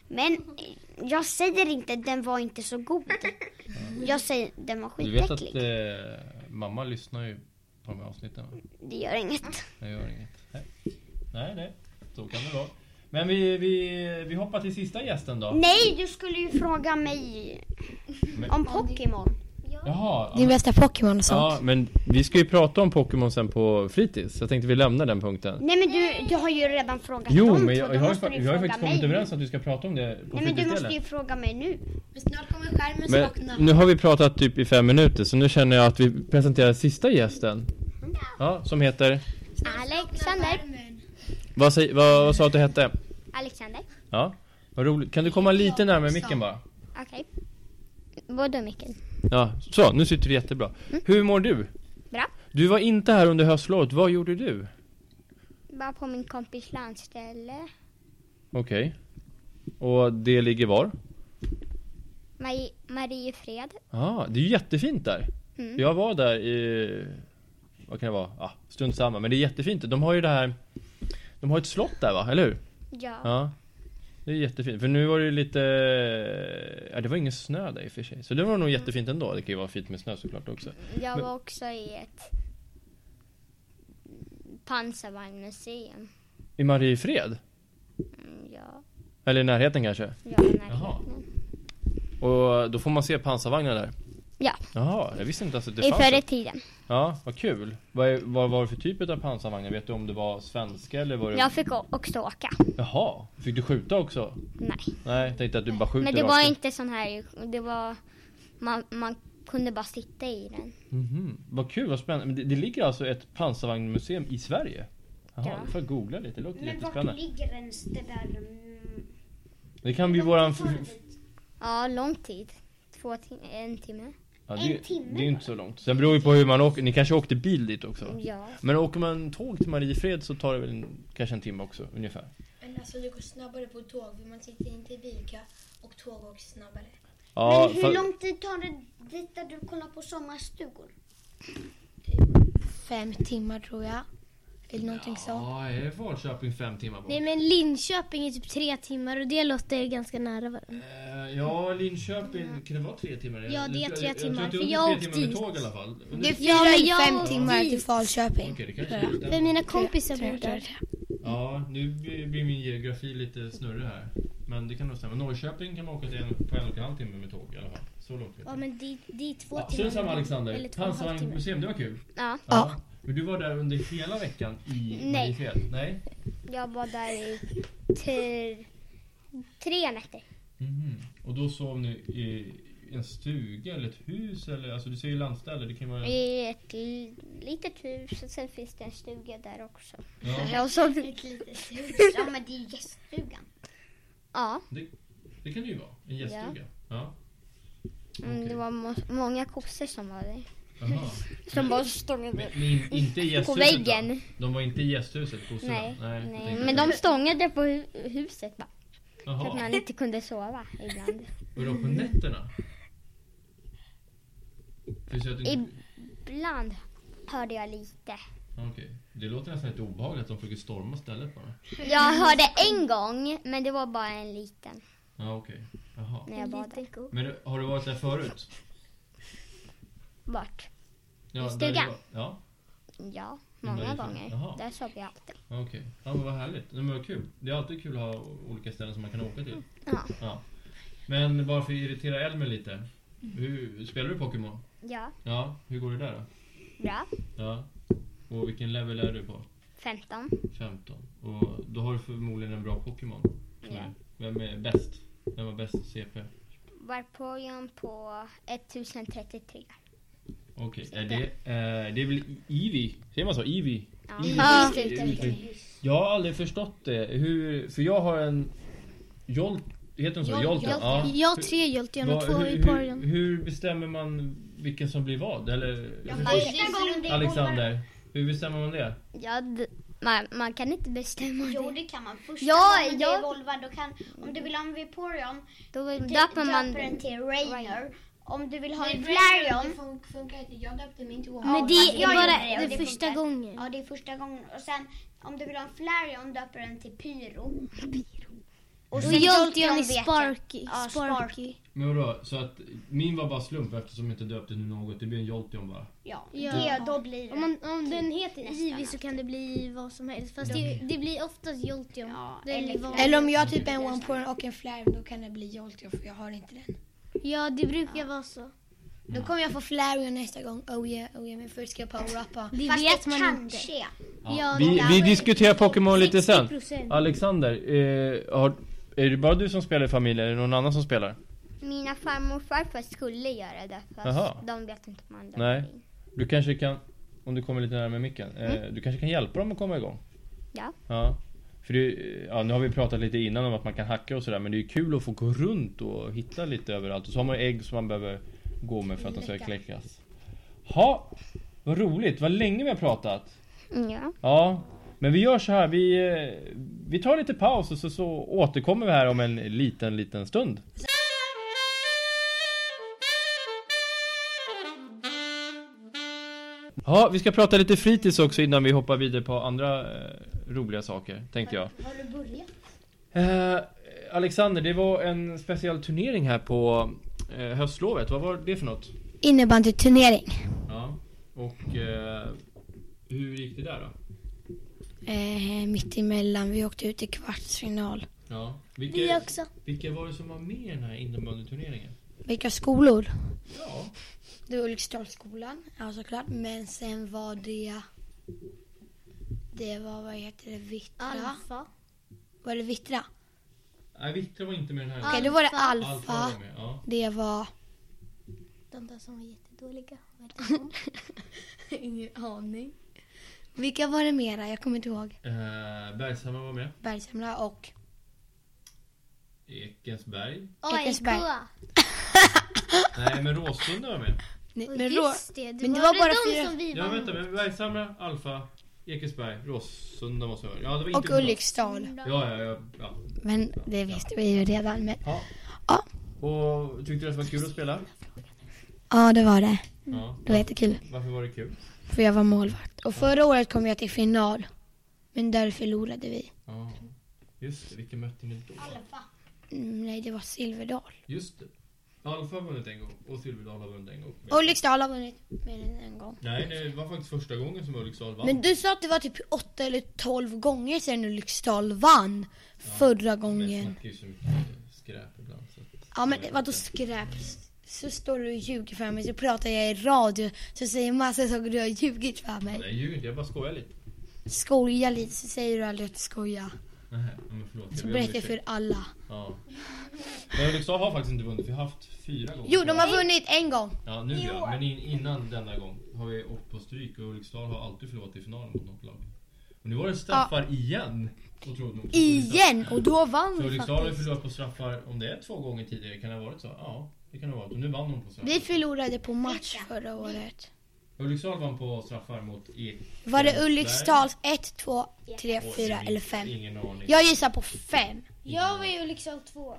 [SPEAKER 3] Men eh, jag säger inte den var inte så god. Jag säger den var
[SPEAKER 2] Du vet att
[SPEAKER 3] skitäcklig.
[SPEAKER 2] eh, mamma lyssnar ju på de här avsnitten va?
[SPEAKER 3] Det gör inget.
[SPEAKER 2] Jag gör inget. Nej, nej, nej. så kan det vara. Men vi, vi, vi hoppar till sista gästen då.
[SPEAKER 3] Nej, du skulle ju fråga mig
[SPEAKER 2] Men-
[SPEAKER 3] om Pokémon.
[SPEAKER 2] Jaha, ja,
[SPEAKER 6] Din bästa Pokémon och sånt.
[SPEAKER 2] Ja, men vi ska ju prata om Pokémon sen på fritids. Jag tänkte vi lämnar den punkten.
[SPEAKER 3] Nej men du, du har ju redan frågat
[SPEAKER 2] Jo,
[SPEAKER 3] dem två,
[SPEAKER 2] men jag,
[SPEAKER 3] då
[SPEAKER 2] jag har, ju
[SPEAKER 3] måste
[SPEAKER 2] fa-
[SPEAKER 3] du
[SPEAKER 2] vi har ju
[SPEAKER 3] fråga
[SPEAKER 2] faktiskt kommit
[SPEAKER 3] mig.
[SPEAKER 2] överens om att vi ska prata om det på
[SPEAKER 3] Nej men du måste ju
[SPEAKER 2] fritidsstället.
[SPEAKER 3] fråga mig nu.
[SPEAKER 4] Men snart kommer skärmen
[SPEAKER 2] Men
[SPEAKER 4] slockna.
[SPEAKER 2] nu har vi pratat typ i fem minuter, så nu känner jag att vi presenterar sista gästen. Ja, som heter...
[SPEAKER 3] Alexander,
[SPEAKER 4] Skärmen.
[SPEAKER 2] Vad, säg, vad, vad sa du att du hette?
[SPEAKER 3] Alexander,
[SPEAKER 2] Ja, vad roligt. Kan du komma lite närmare micken bara?
[SPEAKER 3] okej. Vadå Mikael?
[SPEAKER 2] Ja, så nu sitter du jättebra. Hur mår du?
[SPEAKER 3] Bra.
[SPEAKER 2] Du var inte här under höstlovet, vad gjorde du?
[SPEAKER 3] Var på min kompis landställe.
[SPEAKER 2] Okej. Och det ligger var?
[SPEAKER 3] Mariefred.
[SPEAKER 2] Ja, det är ju jättefint där. Jag var där i, vad kan det vara, ja, strunt samma. Men det är jättefint. De har ju det här, de har ett slott där va, eller hur?
[SPEAKER 3] Ja.
[SPEAKER 2] Ja. Det är jättefint. För nu var det ju lite, ja det var ingen snö där i och för sig. Så det var nog jättefint ändå. Det kan ju vara fint med snö såklart också.
[SPEAKER 7] Mm. Jag
[SPEAKER 2] Men-
[SPEAKER 7] var också i ett pansarvagnmuseum.
[SPEAKER 2] I Mariefred?
[SPEAKER 7] Mm, Ja,
[SPEAKER 2] Eller i närheten kanske?
[SPEAKER 7] jag var nära.
[SPEAKER 2] Jaha. Och då får man se pansarvagnar där?
[SPEAKER 7] Ja.
[SPEAKER 2] Jaha, jag visste inte ens att det
[SPEAKER 7] I
[SPEAKER 2] fanns.
[SPEAKER 7] förr i
[SPEAKER 2] ett-
[SPEAKER 7] tiden.
[SPEAKER 2] Ja, vad kul. Vad, är, vad var det för typ av pansarvagnar? Vet du om det var svenska eller var det...
[SPEAKER 7] Jag fick å- också åka.
[SPEAKER 2] Jaha, fick du skjuta också?
[SPEAKER 7] Nej.
[SPEAKER 2] Nej, jag tänkte att du bara skjuter
[SPEAKER 7] Men det
[SPEAKER 2] rakt
[SPEAKER 7] var
[SPEAKER 2] ut.
[SPEAKER 7] inte sån här, det var, man, man kunde bara sitta i den.
[SPEAKER 2] Mhm. Vad kul, vad spännande. Men det, det ligger alltså ett pansarvagnmuseum i Sverige? Jaha,
[SPEAKER 7] Ja.
[SPEAKER 2] då får jag googla lite. Det låter
[SPEAKER 3] Men vart
[SPEAKER 2] jättespännande.
[SPEAKER 3] ligger ens det där mm,
[SPEAKER 2] Det kan bli våran... f-
[SPEAKER 7] Ja, lång tid. Två tim- en timme.
[SPEAKER 2] Ja, det, det är ju inte så långt. Sen beror ju på hur man åker. Ni kanske åkte bil dit
[SPEAKER 5] Mm,
[SPEAKER 2] också?
[SPEAKER 7] Ja.
[SPEAKER 2] Men åker man tåg till Mariefred så tar det väl en, kanske en timme också, ungefär.
[SPEAKER 4] Men alltså det går snabbare på tåg för man sitter inte i bilkö och tåg åker snabbare.
[SPEAKER 2] Ja,
[SPEAKER 3] Men hur
[SPEAKER 2] fa-
[SPEAKER 3] lång tid tar det dit där du kollar på sommarstugor?
[SPEAKER 6] Fem timmar tror jag. Eller någonting sånt.
[SPEAKER 2] Ja, är Falköping fem timmar bort?
[SPEAKER 5] Nej men Linköping är typ tre timmar och det låter ju ganska nära varandra.
[SPEAKER 2] Eh, Ja, Linköping, kan det vara tre timmar?
[SPEAKER 5] Ja, det är tre
[SPEAKER 2] Jag, jag,
[SPEAKER 5] timmar,
[SPEAKER 2] jag, tror
[SPEAKER 5] för
[SPEAKER 2] att
[SPEAKER 5] jag
[SPEAKER 2] det är
[SPEAKER 5] åkte
[SPEAKER 2] tre timmar med
[SPEAKER 5] dit.
[SPEAKER 2] tåg i alla fall.
[SPEAKER 6] Det är
[SPEAKER 5] fyra Ja, men jag fem åkte
[SPEAKER 6] timmar
[SPEAKER 5] timmar dit.
[SPEAKER 6] till
[SPEAKER 5] till
[SPEAKER 6] Falköping.
[SPEAKER 2] Okej, det kanske
[SPEAKER 5] Men
[SPEAKER 2] stämmer.
[SPEAKER 5] mina kompisar bor där.
[SPEAKER 2] Ja, nu blir blir min geografi lite snurrig här. Men det kan nog stämma. Norrköping kan man åka till en, på en och en halv timme med tåg i alla fall. Så långt vet
[SPEAKER 5] Ja
[SPEAKER 2] jag.
[SPEAKER 5] men det, det är två
[SPEAKER 2] Ja,
[SPEAKER 5] timmar.
[SPEAKER 2] Syns samma Alexander.
[SPEAKER 5] Eller två och en halv timme.
[SPEAKER 2] Pansarvagnmuseum, det var kul.
[SPEAKER 7] Ja,
[SPEAKER 6] Ja.
[SPEAKER 2] Men du var där under hela veckan i
[SPEAKER 7] Nej.
[SPEAKER 2] Mariefred? Nej.
[SPEAKER 7] jag var där i tre, tre nätter.
[SPEAKER 2] Mhm. Och då sov ni i en stuga eller ett hus eller? Alltså du ser ju landställe, det kan ju vara...
[SPEAKER 7] I ett l- litet hus och sen finns det en stuga där också.
[SPEAKER 2] Ja.
[SPEAKER 7] Jag sov,
[SPEAKER 3] Ett litet hus. Ja men det är ju gäststugan.
[SPEAKER 7] ja,
[SPEAKER 2] Det kan det ju vara. En gäststuga. Ja.
[SPEAKER 7] mm, det
[SPEAKER 2] Okej.
[SPEAKER 7] var må, många kossor som var där.
[SPEAKER 2] Jaha.
[SPEAKER 7] Som bara stångade
[SPEAKER 2] Men, men in- inte i
[SPEAKER 7] på
[SPEAKER 2] gästhuset
[SPEAKER 7] väggen.
[SPEAKER 2] Då? De var inte i gästhuset, kossorna?
[SPEAKER 7] Nej,
[SPEAKER 2] jag
[SPEAKER 7] nej.
[SPEAKER 2] tänkte
[SPEAKER 7] Men
[SPEAKER 2] att-
[SPEAKER 7] de stångade på hu- huset bara. För att
[SPEAKER 2] Jaha.
[SPEAKER 7] man inte kunde sova ibland.
[SPEAKER 2] Var de på nätterna? För så att du... inte-
[SPEAKER 7] Ibland hörde jag lite.
[SPEAKER 2] Ja, Okej. Det låter nästan lite obehagligt att de försöker storma stället bara.
[SPEAKER 7] Jag hörde en gång, men det var bara en liten
[SPEAKER 2] Ja, okej. Jaha.
[SPEAKER 7] när jag var där.
[SPEAKER 2] Men har du varit där förut?
[SPEAKER 7] Vart?
[SPEAKER 2] Ja,
[SPEAKER 7] I
[SPEAKER 2] där
[SPEAKER 7] stugan?
[SPEAKER 2] du var- Ja,
[SPEAKER 7] Ja,
[SPEAKER 2] Var
[SPEAKER 7] många
[SPEAKER 2] det så?
[SPEAKER 7] gånger.
[SPEAKER 2] Jaha.
[SPEAKER 7] Där sov jag alltid.
[SPEAKER 2] Ja, okej. Ja, men vad härligt. Nej, men vad kul. Det är alltid kul att ha olika ställen som man kan åka till.
[SPEAKER 7] Ja.
[SPEAKER 2] Men bara för att irritera Elmer lite. Hur, spelar du Pokémon?
[SPEAKER 7] Ja,
[SPEAKER 2] Ja, hur går det där då?
[SPEAKER 7] bra.
[SPEAKER 2] Ja. Och vilken level är du på?
[SPEAKER 7] 15.
[SPEAKER 2] 15. Och då har du förmodligen en bra Pokémon. som är- Vem är bäst? Vem har bäst CP?
[SPEAKER 7] Varpå jag på 1033.
[SPEAKER 2] Okej, är det, eh, det är väl Eevee? Säger man så? Eevee?
[SPEAKER 7] Ja.
[SPEAKER 2] Ja. Jag har aldrig förstått det. Hur, för jag har en... Jolt, heter den så? Jolteon? Ja.
[SPEAKER 5] Jag har tre Jolteon och
[SPEAKER 2] Vad-
[SPEAKER 5] två
[SPEAKER 2] hur,
[SPEAKER 5] Vaporeon.
[SPEAKER 2] hur, hur bestämmer man vilken som blir vad? Eller,
[SPEAKER 1] Första gången det
[SPEAKER 2] Alexander, hur bestämmer man det?
[SPEAKER 7] Ja, d- man, man kan inte bestämma
[SPEAKER 1] Jo
[SPEAKER 7] det.
[SPEAKER 1] det kan man. Första
[SPEAKER 7] Ja,
[SPEAKER 1] gången
[SPEAKER 7] ja.
[SPEAKER 1] det är Volvar då kan, om du vill ha en Vaporeon,
[SPEAKER 7] Då
[SPEAKER 1] dö-
[SPEAKER 7] döper man
[SPEAKER 1] den till Rainer. Om du vill ha en
[SPEAKER 4] Flarion.
[SPEAKER 1] Flareon,
[SPEAKER 4] Det fun- funkar inte. Jag döpte min till Oahu.
[SPEAKER 5] Men det
[SPEAKER 1] jag
[SPEAKER 5] är
[SPEAKER 1] gjorde det
[SPEAKER 5] bara
[SPEAKER 1] och
[SPEAKER 5] den
[SPEAKER 1] det
[SPEAKER 5] första
[SPEAKER 1] funkar.
[SPEAKER 5] gången.
[SPEAKER 1] ja det är första gången. Och sen om du vill ha en Flareon döper den till Pyro.
[SPEAKER 5] Och
[SPEAKER 1] sen
[SPEAKER 5] Jolteon är
[SPEAKER 1] vet jag.
[SPEAKER 5] Sparky.
[SPEAKER 1] Ja,
[SPEAKER 5] Sparky.
[SPEAKER 2] Men vadå, så att min var bara slump eftersom jag inte döpte till något. Det blir en Jolteon bara.
[SPEAKER 1] Ja,
[SPEAKER 5] Ja.
[SPEAKER 1] Det, då blir det.
[SPEAKER 5] Om, man, om den heter
[SPEAKER 1] nästan
[SPEAKER 5] Ivy så kan det bli vad som helst. Fast det, det blir oftast Jolteon.
[SPEAKER 1] Ja,
[SPEAKER 5] Det är
[SPEAKER 1] eller-
[SPEAKER 5] vad-
[SPEAKER 6] Eller om jag har typ en one point och en flare då kan det bli Jolteon för jag har inte
[SPEAKER 4] Mm.
[SPEAKER 6] den.
[SPEAKER 5] ja, det brukar vara så.
[SPEAKER 6] Då kommer jag få flare nästa gång. Oh yeah, oh yeah, men först ska jag power-uppa.
[SPEAKER 5] Det
[SPEAKER 1] Fast
[SPEAKER 5] vet
[SPEAKER 1] det
[SPEAKER 5] man
[SPEAKER 1] kanske.
[SPEAKER 5] inte.
[SPEAKER 2] Ja,
[SPEAKER 5] Ja,
[SPEAKER 2] vi,
[SPEAKER 5] det
[SPEAKER 2] vi diskuterar Pokémon lite sen.
[SPEAKER 5] 60%.
[SPEAKER 2] Alexander, eh, har, är det bara du som spelar i familjen? Är det någon annan som spelar?
[SPEAKER 7] Mina farmor och farfar skulle göra det fast
[SPEAKER 2] Jaha.
[SPEAKER 7] de vet inte om man döper
[SPEAKER 2] Nej.
[SPEAKER 7] in.
[SPEAKER 2] Du kanske kan, om du kommer lite närmare micken, eh, du kanske kan hjälpa dem att komma igång?
[SPEAKER 7] Mm. Ja.
[SPEAKER 2] Ja. För det, ja, nu har vi pratat lite innan om att man kan hacka och sådär men det är ju kul att få gå runt och hitta lite överallt. Och så har man ju ägg som man behöver gå med för att de ska kläckas. Ha, vad roligt, vad länge vi har pratat.
[SPEAKER 7] Mm, Ja.
[SPEAKER 2] Ja, men vi gör så här, vi, eh, vi tar lite paus och så, så återkommer vi här om en liten, liten stund. Ja, vi ska prata lite fritids också innan vi hoppar vidare på andra eh, roliga saker, tänkte jag.
[SPEAKER 1] Har du börjat?
[SPEAKER 2] Eh, Alexander, det var en speciell turnering här på eh, höstlovet. Vad var det för något?
[SPEAKER 6] Innebandyturnering.
[SPEAKER 2] Ja, och eh, hur gick det där då?
[SPEAKER 6] Eh, mitt emellan, vi åkte ut i kvartsfinal.
[SPEAKER 2] Ja,
[SPEAKER 5] Vi
[SPEAKER 2] vilka,
[SPEAKER 5] också.
[SPEAKER 2] vilka var det som var med i den här innebandyturneringen?
[SPEAKER 6] Vilka skolor?
[SPEAKER 2] Ja.
[SPEAKER 6] Det var Ulriksdalsskolan, ja såklart. Men sen var det... Det var, vad heter det, Vittra?
[SPEAKER 5] Alfa.
[SPEAKER 6] Var det Vittra?
[SPEAKER 2] Nej, Vittra var inte med den här.
[SPEAKER 6] Okej, då var det
[SPEAKER 2] Alfa
[SPEAKER 6] Alfa.
[SPEAKER 2] var med. Ja.
[SPEAKER 6] Det var...
[SPEAKER 5] De där som var jättedåliga.
[SPEAKER 6] Ingen aning. Vilka var det mera? Jag kommer inte ihåg.
[SPEAKER 2] Eh, Bergshammar var med.
[SPEAKER 6] Bergshamra och...
[SPEAKER 2] Ek, Eckensberg?
[SPEAKER 6] Eckelsberg.
[SPEAKER 2] Nej, men Råsunda var med.
[SPEAKER 6] Nej,
[SPEAKER 5] Och
[SPEAKER 6] men rå...
[SPEAKER 5] Just det, det
[SPEAKER 6] men det
[SPEAKER 5] var,
[SPEAKER 6] var
[SPEAKER 5] väl
[SPEAKER 6] bara
[SPEAKER 5] de
[SPEAKER 6] fyra-
[SPEAKER 5] som vi
[SPEAKER 2] Ja,
[SPEAKER 5] var
[SPEAKER 2] vänta. men Bergshamra, Alfa, Ekesberg, Råsunda måste vara. Ja, det var inte
[SPEAKER 6] Och
[SPEAKER 2] Uppsala.
[SPEAKER 6] Ulriksdal.
[SPEAKER 2] Ja, ja, ja. ja.
[SPEAKER 6] Men det visste vi ju redan. Men...
[SPEAKER 2] ja.
[SPEAKER 6] Ja.
[SPEAKER 2] Och tyckte du att det var kul att spela?
[SPEAKER 6] Ja, det var det.
[SPEAKER 2] Ja.
[SPEAKER 6] Mm. Det var jättekul.
[SPEAKER 2] Varför var det kul?
[SPEAKER 6] För jag var målvakt. Och förra året kom jag till final. Men där förlorade vi.
[SPEAKER 2] Ja. Just det, vilka mötte ni då?
[SPEAKER 6] Mm, nej, det var Silverdal.
[SPEAKER 2] Just det. Alfa har vunnit en gång och Silverdal har vunnit en gång.
[SPEAKER 6] Ulriksdal har vunnit mer än en gång.
[SPEAKER 2] Nej, nej, det var faktiskt första gången som Ulriksdal vann.
[SPEAKER 6] Men du sa att det var typ åtta eller tolv gånger sedan Ulriksdal vann förra
[SPEAKER 2] Men jag
[SPEAKER 6] gången.
[SPEAKER 2] snackar ju så mycket skräp ibland. Så att...
[SPEAKER 6] Ja men vadå skräp? Så står du och ljuger för mig, så pratar jag i radio, så säger massa saker du har ljugit för mig.
[SPEAKER 2] Nej, ljug inte. Jag bara skojar lite.
[SPEAKER 6] Skoja lite, så säger du aldrig att du skojar.
[SPEAKER 2] Nej, men förlåt. ber
[SPEAKER 6] Så
[SPEAKER 2] om
[SPEAKER 6] berättar jag
[SPEAKER 2] ursäkt.
[SPEAKER 6] för alla.
[SPEAKER 2] Ja. Men Ulriksdal har faktiskt inte vunnit. Vi har haft fyra gånger.
[SPEAKER 6] Jo, de har vunnit en gång.
[SPEAKER 2] Ja, nu ja. Men in, innan denna gång har vi åkt på stryk och Ulriksdal har alltid förlorat i finalen mot något lag. Och nu var det straffar igen. Otroligt nog.
[SPEAKER 6] Igen! Och då vann
[SPEAKER 2] Så
[SPEAKER 6] vi
[SPEAKER 2] Ulriksdal har ju
[SPEAKER 6] faktiskt.
[SPEAKER 2] förlorat på straffar, om det är två gånger tidigare, kan det ha varit så? Ja, det kan det ha varit. Och nu vann de på straffar.
[SPEAKER 6] Vi förlorade på match förra året.
[SPEAKER 2] Ulriksdal vann på straffar mot E Ek.
[SPEAKER 6] Var det Ulriksdals 1, 2, 3,
[SPEAKER 2] Oj,
[SPEAKER 6] 4 eller 5?
[SPEAKER 2] Ingen aning.
[SPEAKER 6] Jag gissar på 5.
[SPEAKER 4] Jag var ju liksom två.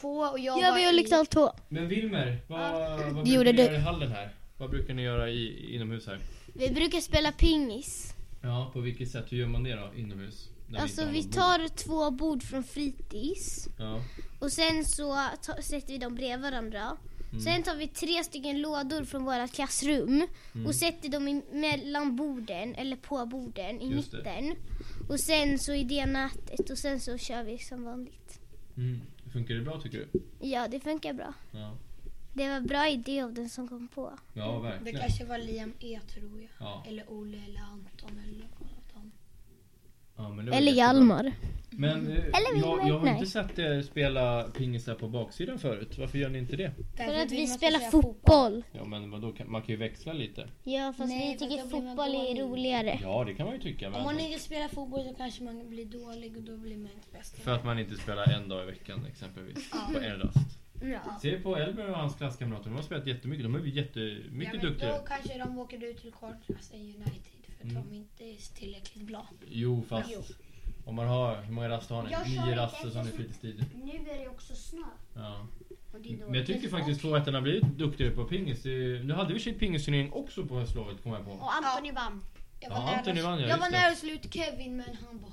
[SPEAKER 6] 2 och jag
[SPEAKER 5] Jag var ju liksom två.
[SPEAKER 2] Men Wilmer, vad, vad brukar
[SPEAKER 6] gjorde
[SPEAKER 2] ni
[SPEAKER 6] du.
[SPEAKER 2] göra i hallen här? Vad brukar ni göra i, inomhus här?
[SPEAKER 5] Vi brukar spela pingis.
[SPEAKER 2] Ja, på vilket sätt? Hur gör man det då, inomhus? När
[SPEAKER 5] Alltså
[SPEAKER 2] inte har
[SPEAKER 5] vi
[SPEAKER 2] något
[SPEAKER 5] tar två bord från fritids
[SPEAKER 2] bord? Ja.
[SPEAKER 5] och sen så ta, sätter vi dem bredvid varandra.
[SPEAKER 2] Mm.
[SPEAKER 5] Sen tar vi tre stycken lådor från våra klassrum
[SPEAKER 2] Mm.
[SPEAKER 5] och sätter dem i, mellan borden eller på borden i
[SPEAKER 2] Just det.
[SPEAKER 5] mitten. Och sen så i det nätet och sen så kör vi som vanligt.
[SPEAKER 2] Mm. Funkar det bra tycker du?
[SPEAKER 5] Ja, det funkar bra.
[SPEAKER 2] Ja,
[SPEAKER 5] Det var en bra idé av den som kom på.
[SPEAKER 2] ja verkligen.
[SPEAKER 6] var Liam E tror jag.
[SPEAKER 2] Ja.
[SPEAKER 6] Eller Olle eller Anton eller Anton.
[SPEAKER 2] Ja, men det var
[SPEAKER 5] Eller
[SPEAKER 2] jättebra.
[SPEAKER 5] Hjalmar.
[SPEAKER 2] Men eh,
[SPEAKER 5] Eller
[SPEAKER 2] jag,
[SPEAKER 5] Wilmer,
[SPEAKER 2] jag har
[SPEAKER 5] nej.
[SPEAKER 2] inte sett er spela pingis här på baksidan förut. Varför gör ni inte det?
[SPEAKER 5] För att vi spelar fotboll.
[SPEAKER 2] Ja men vadå, kan- man kan ju växla lite.
[SPEAKER 5] Ja, fast vi tycker fotboll är roligare.
[SPEAKER 2] Ja det kan man ju tycka. Men alltså-
[SPEAKER 6] Om man inte spelar fotboll så kanske man blir dålig och då blir man inte bäst.
[SPEAKER 2] För att man inte spelar en dag i veckan exempelvis. På en rast. Se på Elmer och hans klasskamrater. De har spelat jättemycket. De är ju jättemycket duktiga.
[SPEAKER 6] Då kanske de åker ut till kortklassen United för att
[SPEAKER 2] Mm.
[SPEAKER 6] de inte är tillräckligt bra.
[SPEAKER 2] Jo fast. Om man har, hur många raster har ni?
[SPEAKER 1] Jag kör
[SPEAKER 2] Nio
[SPEAKER 1] inte
[SPEAKER 2] raster så har ni fritidstider.
[SPEAKER 1] Nu är det också snö.
[SPEAKER 2] Ja.
[SPEAKER 1] Och det är
[SPEAKER 2] Men jag tycker faktiskt tvåettan har blivit duktigare på pingis. Det är- Nu hade vi i och för sig pingisturnering också på höstlovet kommer jag på.
[SPEAKER 1] Och Anthony vann.
[SPEAKER 6] Jag
[SPEAKER 2] Ja, Anthony vann ja,
[SPEAKER 6] jag var
[SPEAKER 2] just det.
[SPEAKER 6] nära att slå ut Kevin men han bara...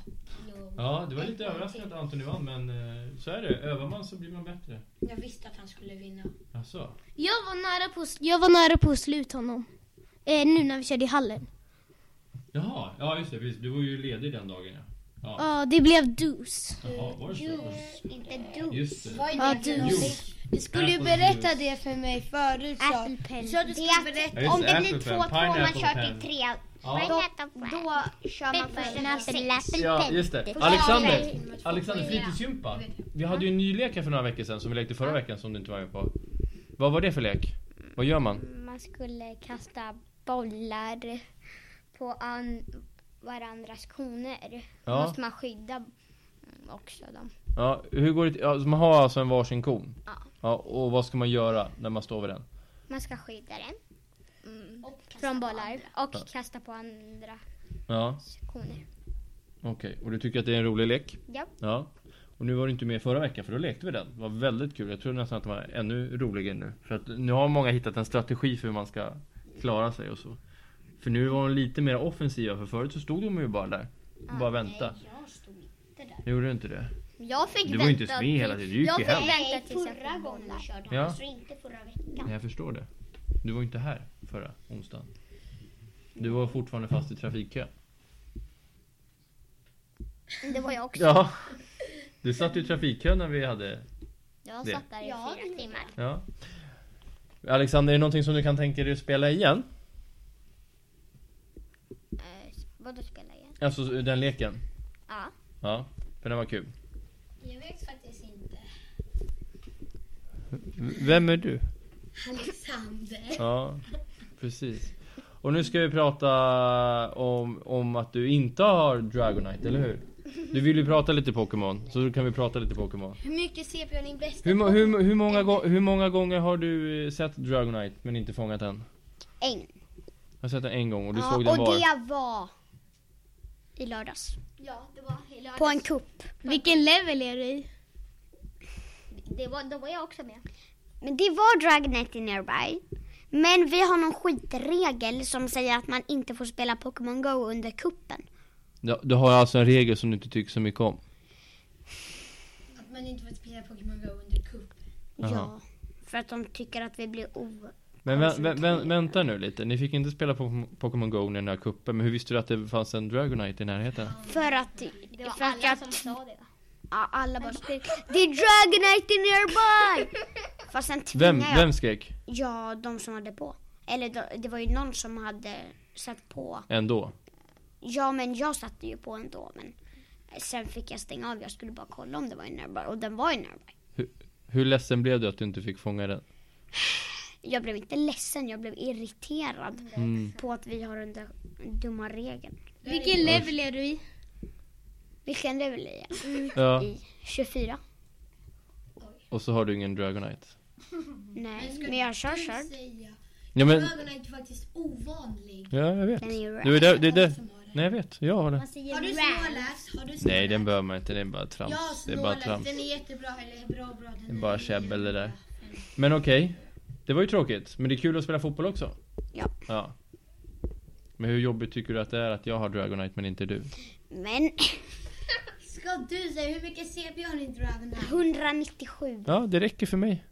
[SPEAKER 2] Ja, det var lite överraskande att Anthony vann, men eh, så är det. Övar man så blir man bättre.
[SPEAKER 6] Jag visste att han skulle vinna.
[SPEAKER 2] Alltså,
[SPEAKER 5] Jag var nära på, jag var nära på att sluta honom. Eh, nu när vi körde i hallen.
[SPEAKER 2] Jaha, ja just det. Precis. Du var ju ledig den dagen ja. Ja,
[SPEAKER 5] Ja, det blev dus.
[SPEAKER 2] Jaha, var det så?
[SPEAKER 1] Inte du.
[SPEAKER 2] Just det.
[SPEAKER 5] Ja, dus.
[SPEAKER 2] Juice.
[SPEAKER 6] Du skulle ju
[SPEAKER 2] Apple
[SPEAKER 6] berätta
[SPEAKER 2] juice.
[SPEAKER 6] det för mig förut sa
[SPEAKER 5] Apple pen.
[SPEAKER 6] Så du skulle berätta.
[SPEAKER 2] Ja, just
[SPEAKER 1] Om det
[SPEAKER 2] apple
[SPEAKER 1] blir
[SPEAKER 2] pen,
[SPEAKER 1] 2-2 och man
[SPEAKER 2] pineapple
[SPEAKER 1] kör
[SPEAKER 2] pen.
[SPEAKER 1] till 3,
[SPEAKER 2] Ja.
[SPEAKER 1] då, då kör man först en sex.
[SPEAKER 2] Ja, just det. Alexander, Alexander fritidsgympa. Vi hade ju en ny lek här för några veckor sedan som vi lekte förra veckan som du inte var med på. Vad var det för lek? Vad gör man?
[SPEAKER 7] Man skulle kasta bollar på an- varandras koner.
[SPEAKER 2] Ja.
[SPEAKER 7] Måste man skydda mm, också dem.
[SPEAKER 2] Ja, hur går det till? ja, så Man har alltså en varsin kon?
[SPEAKER 7] Ja.
[SPEAKER 2] ja. Och vad ska man göra när man står vid den?
[SPEAKER 7] Man ska skydda den. Mm. Från bollar och kasta på andra
[SPEAKER 2] Ja,
[SPEAKER 7] koner.
[SPEAKER 2] okej. Och du tycker att det är en rolig lek?
[SPEAKER 7] Ja.
[SPEAKER 2] Ja. Och nu var du inte med förra veckan för då lekte vi den. Det var väldigt kul. Jag tror nästan att det var ännu roligare nu. För att nu har många hittat en strategi för hur man ska klara sig och så. För nu var de lite mer offensiva för förut så stod de ju bara där. Och bara vänta.
[SPEAKER 1] Jag stod inte där.
[SPEAKER 2] Gjorde du inte det?
[SPEAKER 7] Jag fick
[SPEAKER 2] Du var ju inte ens med hela tiden. Du gick ju hem.
[SPEAKER 1] Nej,
[SPEAKER 7] tills jag
[SPEAKER 1] förra gången vi körde
[SPEAKER 2] Ja.
[SPEAKER 1] honom, så inte förra veckan.
[SPEAKER 2] Nej, jag förstår det. Du var ju inte här förra onsdagen. Du var fortfarande fast i trafikkö.
[SPEAKER 7] Det var jag också.
[SPEAKER 2] Ja. Du satt ju i trafikkön när vi hade
[SPEAKER 7] Jag
[SPEAKER 2] Det.
[SPEAKER 7] satt där i
[SPEAKER 1] Ja,
[SPEAKER 7] fyra timmar.
[SPEAKER 2] Ja. Alexander, är det någonting som du kan tänka dig att spela igen?
[SPEAKER 7] Eh, Vadå spela igen?
[SPEAKER 2] Alltså den leken?
[SPEAKER 7] Ja.
[SPEAKER 2] Ja, för den var kul.
[SPEAKER 4] Jag vet faktiskt inte.
[SPEAKER 2] Vem är du?
[SPEAKER 4] Alexander.
[SPEAKER 2] Ja, precis. Och nu ska vi prata om, om att du inte har Dragonite, eller hur? Du vill ju prata lite Pokémon, så då kan vi prata lite Pokémon.
[SPEAKER 4] Hur mycket CP har din bästa
[SPEAKER 2] Hur, mo- hur, hur, många, gå- hur många gånger har du eh, sett Dragonite men inte fångat den?
[SPEAKER 3] En.
[SPEAKER 2] Jag har sett den en gång och du
[SPEAKER 3] Ja,
[SPEAKER 2] såg den
[SPEAKER 3] och
[SPEAKER 2] var?
[SPEAKER 3] det var i lördags.
[SPEAKER 1] Ja, det var i lördags.
[SPEAKER 3] På en kupp.
[SPEAKER 5] Vilken level är du i?
[SPEAKER 1] Det var, då var jag också med.
[SPEAKER 3] Men det var Dragnet i Nearby. Men vi har någon skitregel som säger att man inte får spela Pokémon Go under kuppen.
[SPEAKER 2] Ja, du har alltså en regel som du inte tycker så mycket om?
[SPEAKER 4] Att man inte får spela Pokémon Go under cup.
[SPEAKER 2] Jaha.
[SPEAKER 3] Ja. För att de tycker att vi blir o...
[SPEAKER 2] Men vä- vä- vä- vänta nu lite, ni fick inte spela på Pokémon Go när den här kuppen, men hur visste du att det fanns en Dragonite i närheten?
[SPEAKER 3] För att...
[SPEAKER 1] Det var
[SPEAKER 3] för att
[SPEAKER 1] alla
[SPEAKER 3] jag,
[SPEAKER 1] som sa det.
[SPEAKER 3] ja, alla bara spelar. Det är Dragonite i Nearby! Fast sen tvingade
[SPEAKER 2] Vem,
[SPEAKER 3] jag...
[SPEAKER 2] vem skrek?
[SPEAKER 3] Ja, de som hade på. Eller de, det var ju någon som hade satt på.
[SPEAKER 2] Ändå?
[SPEAKER 3] Ja, men jag satte ju på ändå. Men sen fick jag stänga av. Jag skulle bara kolla om det var i Nearby. Och den var i Nearby.
[SPEAKER 2] Hur ledsen blev du att du inte fick fånga den?
[SPEAKER 3] Jag blev inte ledsen, jag blev irriterad
[SPEAKER 2] Mm.
[SPEAKER 3] på att vi har den där dumma regeln.
[SPEAKER 5] Vilken level är du i?
[SPEAKER 3] Vilken level är jag?
[SPEAKER 2] Ja,
[SPEAKER 3] I 24?
[SPEAKER 2] och så har du ingen Dragonite.
[SPEAKER 3] Nej, men jag kör körd.
[SPEAKER 4] Säga.
[SPEAKER 2] Ja men,
[SPEAKER 4] Dragon är inte faktiskt ovanlig.
[SPEAKER 2] ja jag vet.
[SPEAKER 3] Den är ju
[SPEAKER 2] Du är där, det är där.
[SPEAKER 4] Som har det.
[SPEAKER 2] Nej jag vet, jag har den.
[SPEAKER 4] Har du Snorlax? Har du Snorlax?
[SPEAKER 2] Nej den behöver man inte, det är bara
[SPEAKER 4] Ja,
[SPEAKER 2] trams. Det är bara
[SPEAKER 4] Snorlax.
[SPEAKER 2] trams.
[SPEAKER 4] Den är jättebra. Eller bra, bra. Den
[SPEAKER 2] Det är bara käbbel det där. Men okej, det var ju tråkigt. Men det är kul att spela fotboll också.
[SPEAKER 3] Ja.
[SPEAKER 2] ja. Men hur jobbigt tycker du att det är att jag har Dragonite men inte du?
[SPEAKER 3] Men
[SPEAKER 4] Ska du säga hur mycket CP har din Dragon?
[SPEAKER 3] 197,
[SPEAKER 2] Ja, det räcker för mig.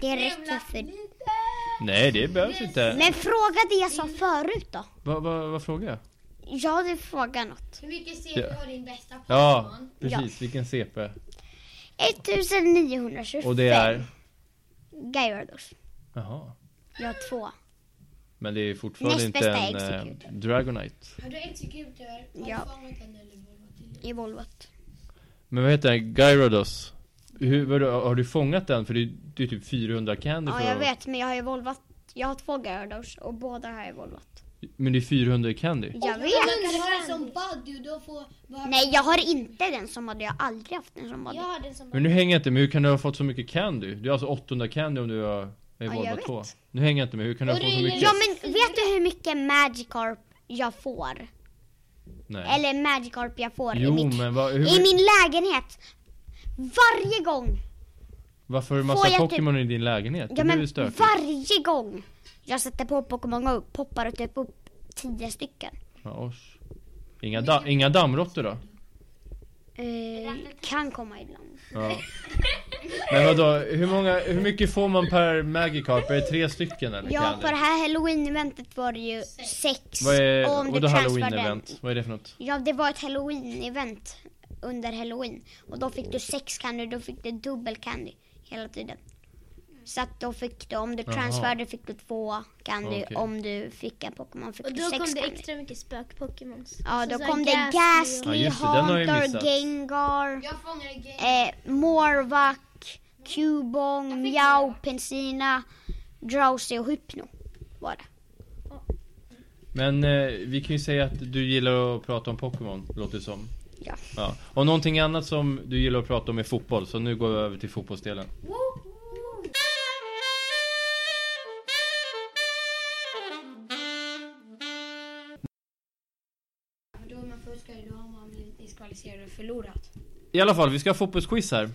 [SPEAKER 3] det räcker för
[SPEAKER 2] Nej, det behövs inte.
[SPEAKER 3] Men fråga det jag sa förut då.
[SPEAKER 2] Vad va, vad frågar jag?
[SPEAKER 3] Ja, du frågar något.
[SPEAKER 4] Hur mycket CP
[SPEAKER 2] Ja.
[SPEAKER 4] har din bästa Pokémon?
[SPEAKER 2] Ja, precis. Vilken CP.
[SPEAKER 3] 1925.
[SPEAKER 2] Och det är?
[SPEAKER 3] Gyarados.
[SPEAKER 2] Jaha.
[SPEAKER 3] Jag har två.
[SPEAKER 2] Men det är fortfarande
[SPEAKER 3] Näst
[SPEAKER 2] inte
[SPEAKER 3] bästa
[SPEAKER 2] en eh,
[SPEAKER 3] Executor.
[SPEAKER 2] Dragonite.
[SPEAKER 4] Har du exekutor? Har
[SPEAKER 3] Ja.
[SPEAKER 4] du fångat den eller vad till?
[SPEAKER 3] I Volvot.
[SPEAKER 2] Men vad heter den? Gyarados? Hur, vad, har du fångat den? För det är, det är typ 400 candy
[SPEAKER 3] Ja,
[SPEAKER 2] för
[SPEAKER 3] jag
[SPEAKER 2] att-
[SPEAKER 3] vet, men jag har ju Volvat. Jag har två Gyarados och båda har jag Volvat.
[SPEAKER 2] Men det är 400 candy.
[SPEAKER 3] Jag
[SPEAKER 4] Men
[SPEAKER 3] vet!
[SPEAKER 4] Du har en som bug du, då får bara...
[SPEAKER 3] Nej, jag har inte den som hade. Jag har aldrig haft den som hade.
[SPEAKER 5] Jag har den som
[SPEAKER 2] Men nu hänger jag inte med, hur kan du ha fått så mycket candy? Du är alltså 800 candy om du har Evolva
[SPEAKER 3] jag
[SPEAKER 2] 2. Nu hänger jag inte med, hur kan du ha fått så mycket?
[SPEAKER 3] Ja men vet du hur mycket Magikarp jag får?
[SPEAKER 2] Nej.
[SPEAKER 3] Eller Magikarp jag får i,
[SPEAKER 2] Jo
[SPEAKER 3] mitt,
[SPEAKER 2] men vad,
[SPEAKER 3] i
[SPEAKER 2] hur,
[SPEAKER 3] min lägenhet? Varje gång!
[SPEAKER 2] varför är det
[SPEAKER 3] Får
[SPEAKER 2] massa
[SPEAKER 3] jag typ-
[SPEAKER 2] Pokémon i din lägenhet?
[SPEAKER 3] Ja
[SPEAKER 2] Det blir
[SPEAKER 3] men
[SPEAKER 2] ju stökigt.
[SPEAKER 3] varje gång jag sätter på Pokémon Go poppar det typ upp tio stycken.
[SPEAKER 2] Ja, osch. Inga, da, inga dammråttor då?
[SPEAKER 3] Eh, kan komma ibland.
[SPEAKER 2] Ja. Men vadå, hur, många, hur mycket får man per Magikarp? Är det tre stycken eller
[SPEAKER 3] Ja
[SPEAKER 2] candy?
[SPEAKER 3] på det här halloween-eventet var det ju sex.
[SPEAKER 2] Vad
[SPEAKER 3] Och
[SPEAKER 2] är,
[SPEAKER 3] om
[SPEAKER 2] och
[SPEAKER 3] du
[SPEAKER 2] då
[SPEAKER 3] transfer den-
[SPEAKER 2] halloween-event? Vad är det för något?
[SPEAKER 3] Ja det var ett halloween-event under halloween. Och då fick du sex candy, då fick du dubbel candy hela tiden. Så att då fick du, om du
[SPEAKER 2] Jaha.
[SPEAKER 3] transferade fick du två candy,
[SPEAKER 2] Okej.
[SPEAKER 3] om du fick en Pokémon fick
[SPEAKER 5] Och
[SPEAKER 3] du
[SPEAKER 5] då
[SPEAKER 3] sex
[SPEAKER 5] kom det
[SPEAKER 3] candy.
[SPEAKER 5] extra mycket spök-Pokémons.
[SPEAKER 3] Ja
[SPEAKER 5] Så
[SPEAKER 3] då
[SPEAKER 5] så
[SPEAKER 3] kom
[SPEAKER 5] här
[SPEAKER 3] det
[SPEAKER 5] Ghastly och-
[SPEAKER 2] Ja,
[SPEAKER 3] Ghastly,
[SPEAKER 2] just det, den har jag
[SPEAKER 3] Haunter,
[SPEAKER 2] missat.
[SPEAKER 3] Gengar,
[SPEAKER 4] Jag fångade Gengar.
[SPEAKER 3] eh, Morvac, Cubong, Miao, Pensina, Drowsy och Hypno var det.
[SPEAKER 2] Men eh, vi kan ju säga att du gillar att prata om Pokémon, låter det som.
[SPEAKER 3] Ja.
[SPEAKER 2] ja. Och någonting annat som du gillar att prata om är fotboll, så nu går vi över till fotbollsdelen.
[SPEAKER 4] Då är man fuskare, då har man blivit diskvalificerad och förlorat.
[SPEAKER 2] I alla fall, vi ska ha fotbollsquiz här.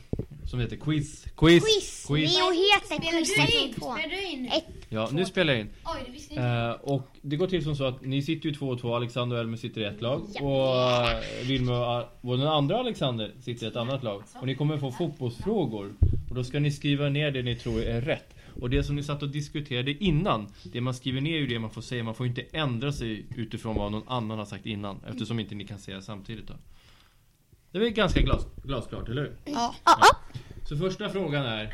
[SPEAKER 2] Som heter quiz, quiz, quiz.
[SPEAKER 3] Leo heter Quizet på.
[SPEAKER 4] Spelar du in?
[SPEAKER 2] Ja, nu spelar jag in.
[SPEAKER 4] Oj, det visste inte
[SPEAKER 2] Eh, och det går till som så att ni sitter ju två och två, Alexander och Elmer sitter i ett lag. Och eh, Vilma och, Ar- och den andra Alexander sitter i ett annat lag. Och ni kommer få fotbollsfrågor. Och då ska ni skriva ner det ni tror är rätt. Och det som ni satt och diskuterade innan, det man skriver ner är ju det man får säga. Man får inte ändra sig utifrån vad någon annan har sagt innan. Eftersom inte ni kan säga samtidigt då. Det är väl ganska glas, glasklart, eller hur?
[SPEAKER 6] Ja.
[SPEAKER 2] Så första frågan är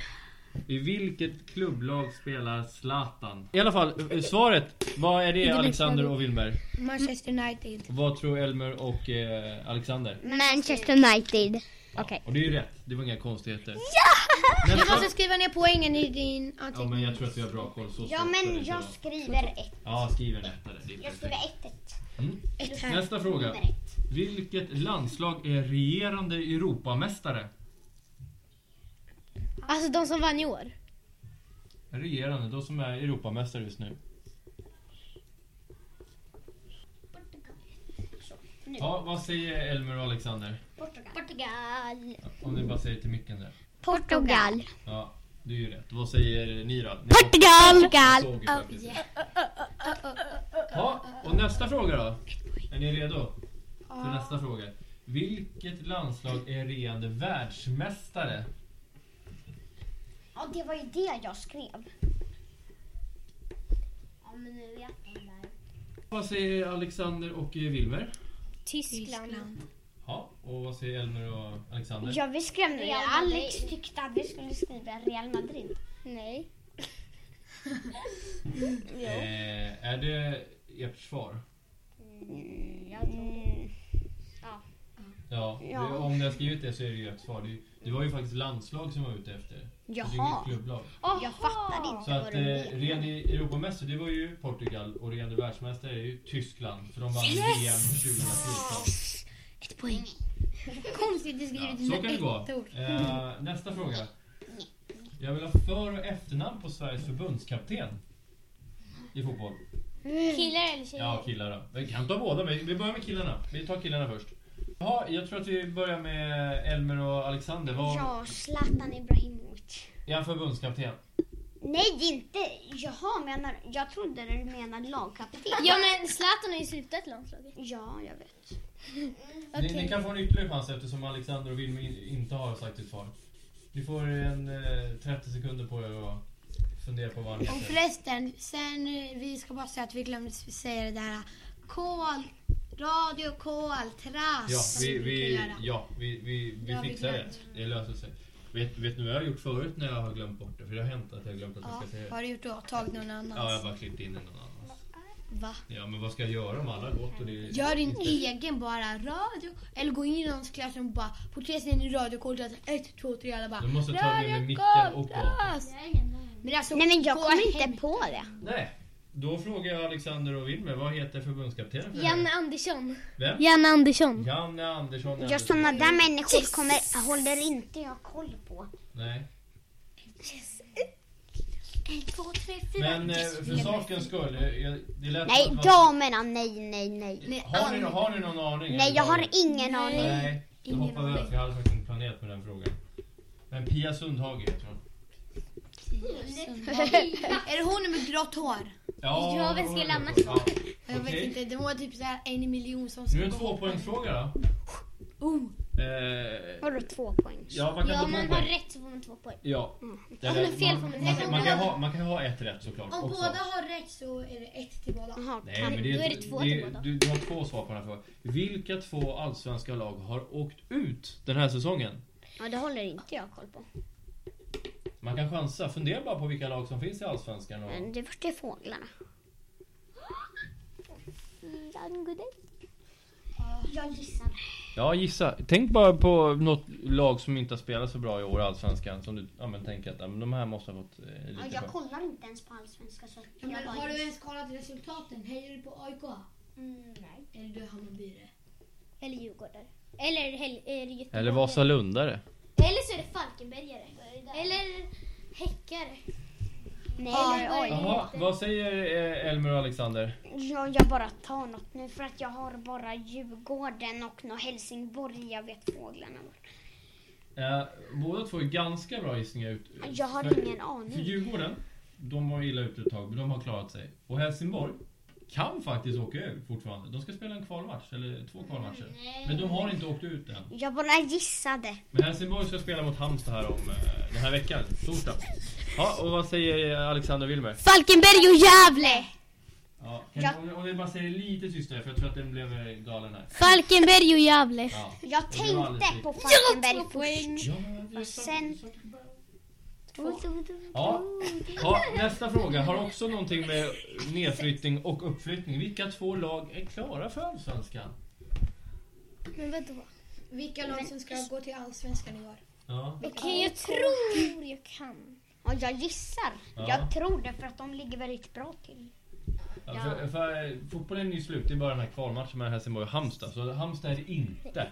[SPEAKER 2] I vilket klubblag spelar Zlatan? I alla fall, eh, svaret Vad är det Alexander och Wilmer?
[SPEAKER 4] Manchester United.
[SPEAKER 2] Och Vad tror Elmer och eh, Alexander?
[SPEAKER 7] Manchester United. Okej.
[SPEAKER 2] Och det är ju rätt, det var inga konstigheter
[SPEAKER 4] Du
[SPEAKER 2] Nästa.
[SPEAKER 4] måste skriva ner poängen i din
[SPEAKER 2] Ja
[SPEAKER 4] anteckning.
[SPEAKER 2] men jag tror att vi har bra koll så
[SPEAKER 3] Ja
[SPEAKER 2] svårt ska det
[SPEAKER 3] men
[SPEAKER 2] inte
[SPEAKER 3] jag
[SPEAKER 2] vara.
[SPEAKER 3] skriver ett.
[SPEAKER 2] Ja skriv en etta där, det är
[SPEAKER 3] Jag skriver
[SPEAKER 2] perfekt. Mm.
[SPEAKER 3] ett, ett.
[SPEAKER 2] Nästa fråga
[SPEAKER 3] Nummer ett.
[SPEAKER 2] Vilket landslag är regerande Europamästare?
[SPEAKER 5] Alltså de som vann i år.
[SPEAKER 2] Regerande, de som är Europamästare just nu. Ja, vad säger Elmer och Alexander?
[SPEAKER 1] Portugal.
[SPEAKER 2] Om ni bara säger till micken där.
[SPEAKER 3] Portugal.
[SPEAKER 2] Ja, det är ju rätt. Vad säger ni då? Ni
[SPEAKER 3] Portugal!
[SPEAKER 2] såg ju faktiskt det. Ja, och nästa fråga då. Är ni redo? För nästa fråga. Vilket landslag är regerande världsmästare?
[SPEAKER 1] Ja, det var ju det jag skrev.
[SPEAKER 2] Vad säger Alexander och eh, Wilmer?
[SPEAKER 5] Tyskland.
[SPEAKER 2] Ja, och vad säger Elmer och Alexander?
[SPEAKER 1] Ja, vi skrämde ju.
[SPEAKER 7] Real
[SPEAKER 1] Alex
[SPEAKER 7] Madrid.
[SPEAKER 1] tyckte att vi skulle skriva Real Madrid.
[SPEAKER 7] Nej.
[SPEAKER 2] Eh, är det ert svar?
[SPEAKER 1] Mm.
[SPEAKER 2] Ja,
[SPEAKER 1] Ja.
[SPEAKER 2] Det, om ni har skrivit det så är det ju ert svar. Det, det var ju faktiskt landslag som var ute efter. Så det är
[SPEAKER 1] Jaha,
[SPEAKER 2] inget klubblag.
[SPEAKER 1] jag fattade inte
[SPEAKER 2] Så
[SPEAKER 1] vad
[SPEAKER 2] att
[SPEAKER 1] du
[SPEAKER 2] eh,
[SPEAKER 1] menade.
[SPEAKER 2] ren i Europamästare, det var ju Portugal och ren i världsmästare är ju Tyskland. För de vann VM 2014.
[SPEAKER 5] Konstigt det
[SPEAKER 2] Ja,
[SPEAKER 5] skrivit
[SPEAKER 2] så kan det
[SPEAKER 5] med
[SPEAKER 2] gå.
[SPEAKER 5] ett ord.
[SPEAKER 2] Eh, nästa fråga. Jag vill ha för och efternamn på Sveriges förbundskapten i fotboll.
[SPEAKER 5] Killar eller tjejer?
[SPEAKER 2] Ja, killar då. Vi kan ta båda, men vi börjar med killarna. Vi tar killarna först. Ja, jag tror att vi börjar med Elmer och Alexander. Vad,
[SPEAKER 1] Ja, Zlatan Ibrahimovic.
[SPEAKER 2] Är han förbundskapten?
[SPEAKER 1] Nej, inte. Jaha, menar Jag trodde du menade lagkapten.
[SPEAKER 5] Ja men Zlatan har ju slutat landslaget.
[SPEAKER 1] Ja, jag vet.
[SPEAKER 2] Ni, ni kan få en ytterligare chans eftersom Alexander och Wilmer in- inte har sagt ett svar. Ni får en eh, 30 sekunder på er att fundera på vad han
[SPEAKER 6] Och
[SPEAKER 2] heter.
[SPEAKER 6] förresten, sen eh, vi ska bara säga att vi glömde säga det där eh, kol, radio, kol, trass.
[SPEAKER 2] Ja,
[SPEAKER 6] som
[SPEAKER 2] vi,
[SPEAKER 6] brukar
[SPEAKER 2] vi,
[SPEAKER 6] göra.
[SPEAKER 2] ja, vi, vi, vi
[SPEAKER 6] Ja, vi
[SPEAKER 2] fixar
[SPEAKER 6] glömde.
[SPEAKER 2] det. Det löser sig. Vet, vet ni vad jag har gjort förut när jag har glömt bort det? För det har hänt att jag har glömt att jag
[SPEAKER 6] Ja,
[SPEAKER 2] ska säga
[SPEAKER 6] vad
[SPEAKER 2] det.
[SPEAKER 6] har du gjort då? Tagit någon annans?
[SPEAKER 2] Ja, jag bara klippte in i någon annans.
[SPEAKER 6] Va?
[SPEAKER 2] Ja, men vad ska jag göra om alla har gått och det
[SPEAKER 6] Gör din egen bara radio. Eller gå in i någons klassrum och bara på tre sidan i radiokodet. Ett, två, tre. Alla bara.
[SPEAKER 2] Du måste ta det med micken
[SPEAKER 6] radio,
[SPEAKER 2] och
[SPEAKER 6] kol,
[SPEAKER 2] på.
[SPEAKER 6] trass." Men alltså,
[SPEAKER 3] Nej men jag
[SPEAKER 6] gå
[SPEAKER 3] kommer
[SPEAKER 6] hem.
[SPEAKER 3] inte på det.
[SPEAKER 2] Nej. Då frågar jag Alexander och Wilmer, vad heter förbundskaptenen för
[SPEAKER 5] Janne
[SPEAKER 2] er?
[SPEAKER 5] Andersson.
[SPEAKER 2] Vem?
[SPEAKER 5] Janne Andersson.
[SPEAKER 2] Janne Andersson.
[SPEAKER 3] Jag
[SPEAKER 2] Andersson.
[SPEAKER 3] sådana där människor kommer, håller inte jag koll på.
[SPEAKER 2] Nej. Men eh, för sakens skull, eh, jag- det lät
[SPEAKER 3] Nej,
[SPEAKER 2] som att-
[SPEAKER 3] damerna, nej, nej, nej.
[SPEAKER 2] har, ni, har ni någon aning?
[SPEAKER 3] Nej, jag har ingen aning.
[SPEAKER 2] Nej, då hoppar vi över för jag hade faktiskt inte planerat med den frågan. Men Pia Sundhage heter hon.
[SPEAKER 5] Alltså,
[SPEAKER 6] Är det hon med grått hår?
[SPEAKER 2] Ja,
[SPEAKER 5] Ja, vem
[SPEAKER 2] hon
[SPEAKER 5] skulle
[SPEAKER 2] är
[SPEAKER 5] annars
[SPEAKER 2] det. Ja.
[SPEAKER 6] Jag vet
[SPEAKER 2] Okej.
[SPEAKER 6] inte. Det var typ så här en i miljon som
[SPEAKER 2] Nu är det
[SPEAKER 6] skulle
[SPEAKER 2] en tvåpoängsfråga då.
[SPEAKER 6] Oh.
[SPEAKER 2] Eh,
[SPEAKER 3] Vadå två poäng?
[SPEAKER 2] ja, man kan
[SPEAKER 5] Ja,
[SPEAKER 2] ta
[SPEAKER 5] om
[SPEAKER 2] två
[SPEAKER 5] man har
[SPEAKER 2] poäng.
[SPEAKER 5] rätt så får man två poäng.
[SPEAKER 2] Ja. Eller,
[SPEAKER 5] man har fel
[SPEAKER 2] man,
[SPEAKER 5] får man
[SPEAKER 2] man,
[SPEAKER 5] tre.
[SPEAKER 2] kan- man, kan ha, man kan ha ett rätt såklart
[SPEAKER 6] Om
[SPEAKER 2] också.
[SPEAKER 6] båda har rätt så är det ett till båda.
[SPEAKER 3] Jaha,
[SPEAKER 2] Nej, men det,
[SPEAKER 5] då är det två till båda.
[SPEAKER 2] du, du har två svar på den här frågan. Vilka två allsvenska lag har åkt ut den här säsongen?
[SPEAKER 3] ja, det håller inte jag koll på.
[SPEAKER 2] Man kan chansa. Fundera bara på vilka lag som finns i allsvenskan. Och...
[SPEAKER 3] Men det första är fåglarna.
[SPEAKER 1] Jag gissar.
[SPEAKER 2] Ja, gissa. Tänk bara på något lag som inte har spelat så bra i år i Allsvenskan. Som du ja, men tänker att ja, men de här måste ha fått eh,
[SPEAKER 1] Ja,
[SPEAKER 2] lite
[SPEAKER 1] jag
[SPEAKER 2] skön.
[SPEAKER 1] kollar inte ens på allsvenska. Så att
[SPEAKER 6] Ja,
[SPEAKER 1] jag
[SPEAKER 6] men
[SPEAKER 1] bara
[SPEAKER 6] har du
[SPEAKER 1] gissar.
[SPEAKER 6] ens kollat resultaten? Hejar du på AIK?
[SPEAKER 1] Mm, nej.
[SPEAKER 6] Eller du är Hammarbyare?
[SPEAKER 5] Eller Djurgårdare. Eller, hel- eller Göteborg.
[SPEAKER 2] Eller Vasalundare.
[SPEAKER 5] Eller så är det Falkenbergare. Eller Häckare.
[SPEAKER 3] Nej,
[SPEAKER 5] Eller vad är det
[SPEAKER 2] Jaha,
[SPEAKER 5] heter?
[SPEAKER 2] vad säger eh, Elmer och Alexander?
[SPEAKER 1] Ja, jag bara tar något nu för att jag har bara Djurgården och nå Helsingborg. Jag vet fåglarna. var.
[SPEAKER 2] Eh, båda två är ganska bra gissningar. Ut,
[SPEAKER 1] Jag har
[SPEAKER 2] för,
[SPEAKER 1] ingen
[SPEAKER 2] för
[SPEAKER 1] aning.
[SPEAKER 2] Djurgården, de var illa ute ett tag, men de har klarat sig. Och Helsingborg kan faktiskt åka ur fortfarande. De ska spela en kvalmatch, eller två kvalmatcher. Men de har inte åkt ut än.
[SPEAKER 3] Jag bara gissade.
[SPEAKER 2] Men Helsingborg ska spela mot Halmstad här om eh, den här veckan, torsdag. Ja, och vad säger eh, Alexander och Wilmer?
[SPEAKER 3] Falkenberg och Gävle!
[SPEAKER 2] Ja, kan ja. Om, om vi bara säger lite tystare för jag tror att den blev eh, galen här.
[SPEAKER 5] Falkenberg och Gävle.
[SPEAKER 2] Ja.
[SPEAKER 3] Jag
[SPEAKER 2] Det var alldeles
[SPEAKER 3] tänkte på
[SPEAKER 2] riktigt.
[SPEAKER 3] Falkenberg först.
[SPEAKER 2] Ja, men det är så-
[SPEAKER 3] sen-
[SPEAKER 2] så- Ja. ja, nästa fråga har också någonting med nedflyttning och uppflyttning. Vilka två lag är klara för Allsvenskan?
[SPEAKER 5] Men vadå?
[SPEAKER 6] Vilka lag som ska gå till Allsvenskan i år?
[SPEAKER 2] Ja,
[SPEAKER 5] Okej, jag tror jag kan.
[SPEAKER 3] Ja, jag gissar.
[SPEAKER 2] Ja.
[SPEAKER 3] Jag tror det för att de ligger väldigt bra till.
[SPEAKER 2] Ja, Alltså, för, för, fotbollen är ju slut, det är bara den här kvalmatchen mellan Helsingborg och Halmstad. Så Halmstad är det inte.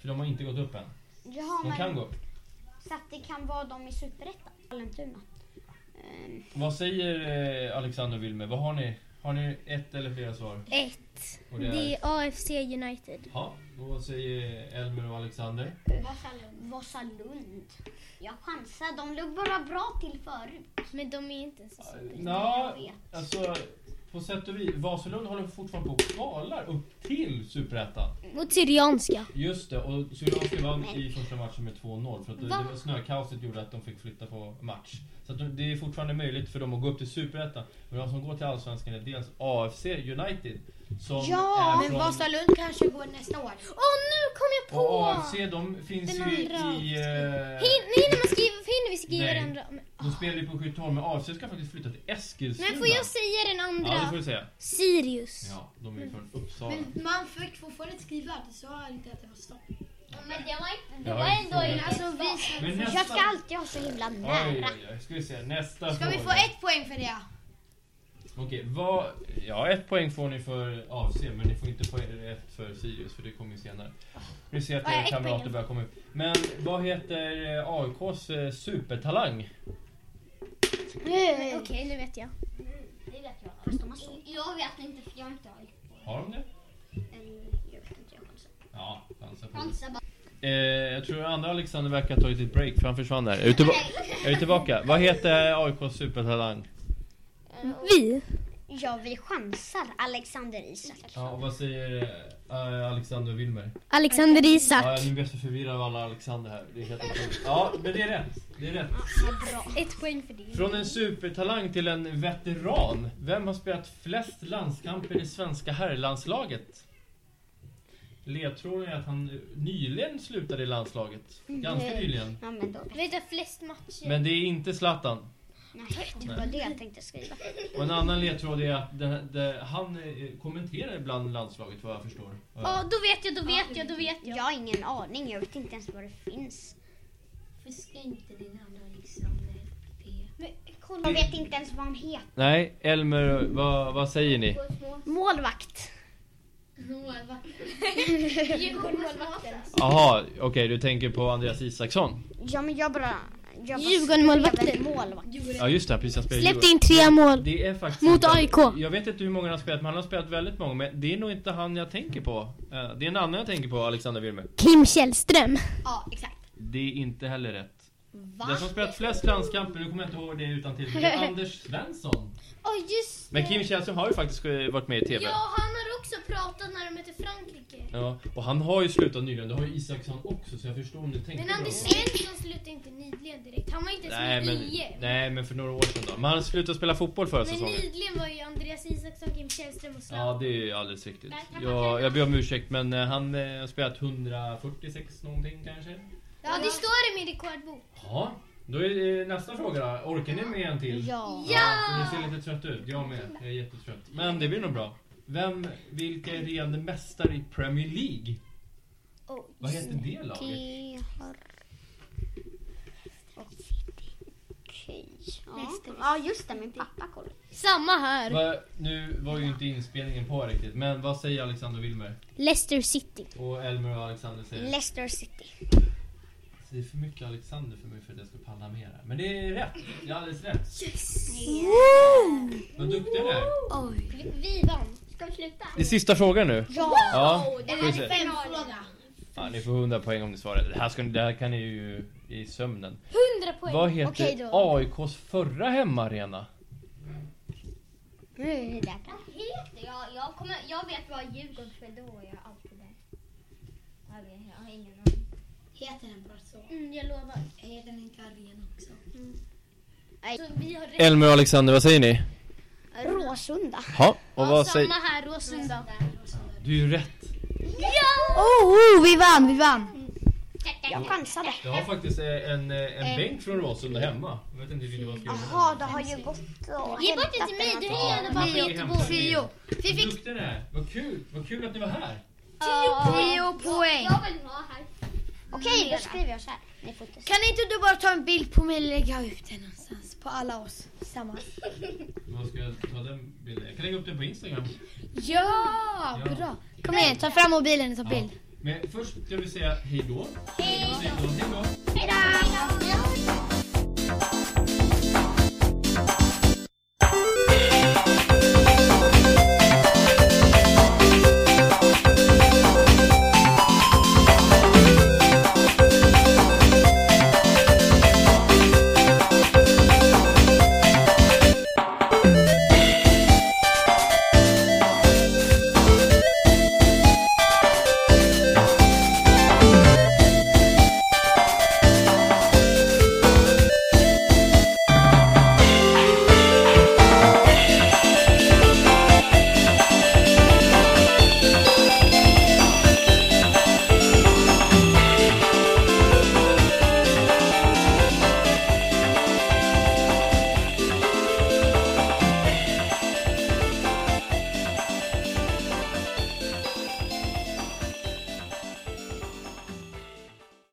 [SPEAKER 2] För de har inte gått upp än.
[SPEAKER 1] Jaha,
[SPEAKER 2] De
[SPEAKER 1] men
[SPEAKER 2] kan gå upp.
[SPEAKER 1] så att det kan vara de i Superettan? Vallentuna? Ehm,
[SPEAKER 2] Vad säger eh, Alexander och Wilmer? Vad har ni? Har ni ett eller flera svar?
[SPEAKER 5] Ett.
[SPEAKER 2] Och det
[SPEAKER 5] Eh, Det
[SPEAKER 2] är...
[SPEAKER 5] är AFC United.
[SPEAKER 2] Ja, och vad säger Elmer och Alexander?
[SPEAKER 1] Vasalund. Jag chansar, de låg bara bra till förut.
[SPEAKER 5] Men de är inte ens i Superettan.
[SPEAKER 2] Ja,
[SPEAKER 1] Jag vet.
[SPEAKER 2] alltså på sätt och vis. Vasalund håller fortfarande på och kvalar upp till Superettan.
[SPEAKER 5] Mot Syrianska.
[SPEAKER 2] Just det, och Syrianska vann i första matchen med 2-0 för att det, det var snökaoset gjorde att de fick flytta på match. Så att de- det är fortfarande möjligt för dem att gå upp till Superettan. Men de som går till Allsvenskan är dels AFC United som
[SPEAKER 6] Ja,
[SPEAKER 2] är
[SPEAKER 6] men
[SPEAKER 2] från...
[SPEAKER 6] Vasalund kanske går nästa år.
[SPEAKER 5] Åh, nu kom jag på!
[SPEAKER 2] Och AFC de finns
[SPEAKER 5] Den
[SPEAKER 2] ju
[SPEAKER 5] andra.
[SPEAKER 2] i... eh,
[SPEAKER 5] Hin- hinner, man skriva, hinner vi skriva
[SPEAKER 2] Nej.
[SPEAKER 5] den andra? Men-
[SPEAKER 2] de spelar ju på Skyttorp men AFC ska faktiskt flytta till Eskilstuna.
[SPEAKER 5] Men får jag säga den andra?
[SPEAKER 2] Ja, det får du säga.
[SPEAKER 5] Sirius.
[SPEAKER 2] Ja, de är ju från Uppsala.
[SPEAKER 6] Men man fick fortfarande inte skriva att du sa inte att det var stopp.
[SPEAKER 7] Men det var inte...
[SPEAKER 2] Jag har ju frågat.
[SPEAKER 6] Alltså, vi ska,
[SPEAKER 2] Men nästa...
[SPEAKER 1] Jag ska alltid ha så himla
[SPEAKER 2] Oj,
[SPEAKER 1] nära.
[SPEAKER 2] oj, oj. Ska vi se, nästa
[SPEAKER 6] ska vi få
[SPEAKER 2] fråga.
[SPEAKER 6] ett poäng för det?
[SPEAKER 2] Okej, vad... Ja, ett poäng får ni för AFC, men ni får inte poäng ett för Sirius, för det kommer ju senare. Vi ser att
[SPEAKER 5] Ja,
[SPEAKER 2] era
[SPEAKER 5] ett
[SPEAKER 2] kamrater
[SPEAKER 5] poäng.
[SPEAKER 2] börjar komma upp. Men vad heter eh, AIKs eh, supertalang?
[SPEAKER 5] Okej, nu vet jag.
[SPEAKER 7] Jag vet inte för jag har inte AIK.
[SPEAKER 2] Har de det?
[SPEAKER 7] Mm, Jag vet inte, jag chansar.
[SPEAKER 2] Ja, chansa på
[SPEAKER 7] Chansar bara.
[SPEAKER 2] det. Eh, jag tror andra Alexander verkar ha tagit ett break, för han försvann där. Jag är, tillba- jag är tillbaka. Vad heter AIKs supertalang?
[SPEAKER 5] Vi?
[SPEAKER 1] Ja, vi chansar. Alexander Isak.
[SPEAKER 2] Ja, och vad säger eh, Alexander och Wilmer?
[SPEAKER 5] Alexander
[SPEAKER 2] Ja,
[SPEAKER 5] Isak.
[SPEAKER 2] nu blir jag så förvirrad av alla Alexander här. Det är helt otroligt. Ja, men det är rätt. Det är rätt.
[SPEAKER 5] Ett poäng för det.
[SPEAKER 2] Från en supertalang till en veteran. Vem har spelat flest landskamper i det svenska herrlandslaget? Ledtråden är att han nyligen slutade i landslaget. Ganska
[SPEAKER 5] Mm.
[SPEAKER 2] nyligen.
[SPEAKER 1] Ja, men då vet
[SPEAKER 5] Vet du flest matcher?
[SPEAKER 2] Men det är inte Zlatan.
[SPEAKER 1] Nej, det var det jag tänkte skriva.
[SPEAKER 2] Och en annan ledtråd är att det, det, han eh, kommenterar ibland landslaget vad jag förstår.
[SPEAKER 5] Ja, då vet jag, då vet jag, då vet jag.
[SPEAKER 1] Jag har ingen aning. Jag vet inte ens vad det finns.
[SPEAKER 4] Fuska inte din andra
[SPEAKER 6] liksom.
[SPEAKER 4] Alexander P.
[SPEAKER 1] Jag vet inte ens vad han heter.
[SPEAKER 2] Nej, Elmer, vad, vad säger ni?
[SPEAKER 1] Målvakt.
[SPEAKER 5] Djurgården-målvakten.
[SPEAKER 2] Jaha, okej du tänker på Andreas Isaksson?
[SPEAKER 1] Ja, men jag bara... Jag bara
[SPEAKER 5] Djurgården-målvakten.
[SPEAKER 1] skrev Målvakt.
[SPEAKER 2] Ja just det, han precis han spelade i
[SPEAKER 5] Släppte in tre mål.
[SPEAKER 2] Det är faktiskt
[SPEAKER 5] Mot
[SPEAKER 2] inte-
[SPEAKER 5] AIK.
[SPEAKER 2] Jag vet inte hur många han har spelat, men han har spelat väldigt många. Men det är nog inte han jag tänker på. Eh, Det är en annan jag tänker på, Alexander Wilmer.
[SPEAKER 5] Kim Källström.
[SPEAKER 6] Ja, exakt.
[SPEAKER 2] Det är inte heller rätt. Den som spelat flest landskamper, nu kommer jag inte ihåg det utan till, men det är Anders Svensson.
[SPEAKER 5] Ja, just
[SPEAKER 2] Men Kim Källström har ju faktiskt eh, varit med i TV.
[SPEAKER 5] Ja, han har också pratat när de mötte Frankrike.
[SPEAKER 2] Ja, och han har ju slutat nyligen, det har ju Isaksson också, så jag förstår om du tänker
[SPEAKER 5] Men
[SPEAKER 2] på
[SPEAKER 5] Anders
[SPEAKER 2] honom.
[SPEAKER 5] Svensson slutade inte Nidlien direkt. Han var inte ens
[SPEAKER 2] Nej
[SPEAKER 5] med
[SPEAKER 2] men,
[SPEAKER 5] IM.
[SPEAKER 2] nej men för några år sedan då. Men han slutade spela fotboll förra
[SPEAKER 5] Men
[SPEAKER 2] säsongen.
[SPEAKER 5] Nidlien var ju Andreas Isaksson, Kim Källström och
[SPEAKER 2] Ja
[SPEAKER 5] Zlatan.
[SPEAKER 2] det är ju alldeles riktigt.
[SPEAKER 5] Där kan man
[SPEAKER 2] Jag,
[SPEAKER 5] känna-
[SPEAKER 2] jag ber om ursäkt men eh, han eh, har spelat 146 någonting kanske?
[SPEAKER 5] Ja, det står i min rekordbok.
[SPEAKER 2] Ja, då är eh, nästa fråga då. Orkar ni med en till?
[SPEAKER 1] Ja.
[SPEAKER 2] ja! Du ser lite trött ut, jag med. Jag är jättetrött. Men det blir nog bra. Vem, vilka är regerande mästare i Premier League? Vad heter det laget?
[SPEAKER 5] Eh,
[SPEAKER 1] Det har... Okej. Ja. ja, just det. Min pappa kollade.
[SPEAKER 5] Samma här.
[SPEAKER 2] Va, nu var ju inte inspelningen på riktigt, men vad säger Alexander Wilmer?
[SPEAKER 5] Leicester City.
[SPEAKER 2] Och Elmer och Alexander säger?
[SPEAKER 1] Leicester City.
[SPEAKER 2] Det är för mycket Alexander för mig för att jag ska palla med det här. Men det är rätt, det är alldeles rätt. Vad duktiga ni är.
[SPEAKER 5] Vi vann.
[SPEAKER 7] Ska vi sluta?
[SPEAKER 2] Det är sista frågan nu. Ja!
[SPEAKER 6] Eller
[SPEAKER 2] Får vi se.
[SPEAKER 6] fem fråga.
[SPEAKER 2] Ja, ni får 100 poäng om ni svarar. Det här, ska, ni- det här kan ni ju i sömnen.
[SPEAKER 5] 100 poäng.
[SPEAKER 2] Vad
[SPEAKER 1] Okej
[SPEAKER 2] heter
[SPEAKER 1] då.
[SPEAKER 2] AIKs förra hemmaarena?
[SPEAKER 1] Mm, där kan-
[SPEAKER 7] Vad heter jag? Jag, kommer, jag vet vad Djurgården spelade då. Jag är alltid där. Jag, vet, jag har ingen aning.
[SPEAKER 6] Heter den bara så?
[SPEAKER 5] Mm, jag lovar.
[SPEAKER 6] Är den inte arena också?
[SPEAKER 5] Så vi har rätt.
[SPEAKER 2] Elmer och Alexander, vad säger ni?
[SPEAKER 1] Råsunda.
[SPEAKER 2] Ja, och
[SPEAKER 5] Ja,
[SPEAKER 2] vad
[SPEAKER 5] samma
[SPEAKER 2] säger...
[SPEAKER 5] här, Råsunda.
[SPEAKER 2] Du är ju rätt.
[SPEAKER 6] Oh, oh, vi vann, vi vann.
[SPEAKER 1] Jag chansade.
[SPEAKER 2] Jag har faktiskt eh, en, eh, en bänk från Råsunda hemma. Jag vet inte riktigt vad jag ska göra med
[SPEAKER 1] Jaha, det har ju gått och
[SPEAKER 5] Ge bort det till mig, du är redan bara på
[SPEAKER 2] Tio.
[SPEAKER 5] Göteborg.
[SPEAKER 6] Tio.
[SPEAKER 2] den. Vad duktiga ni är. Vad kul. Vad kul att ni var här.
[SPEAKER 6] Tio poäng.
[SPEAKER 7] Jag vill vara här.
[SPEAKER 1] Okej, då skriver jag så här. Ni får inte se.
[SPEAKER 6] Kan inte du bara ta en bild på mig och lägga ut den någonstans? På alla oss. tillsammans.
[SPEAKER 2] Vad ska jag ta den bilden? Jag kan lägga upp den på Instagram.
[SPEAKER 6] Ja,
[SPEAKER 2] Ja.
[SPEAKER 6] bra! Kom igen, ta fram mobilen och ta bild.
[SPEAKER 2] Men först ska vi säga hej då. Hej då! Hej då!
[SPEAKER 7] Hej då!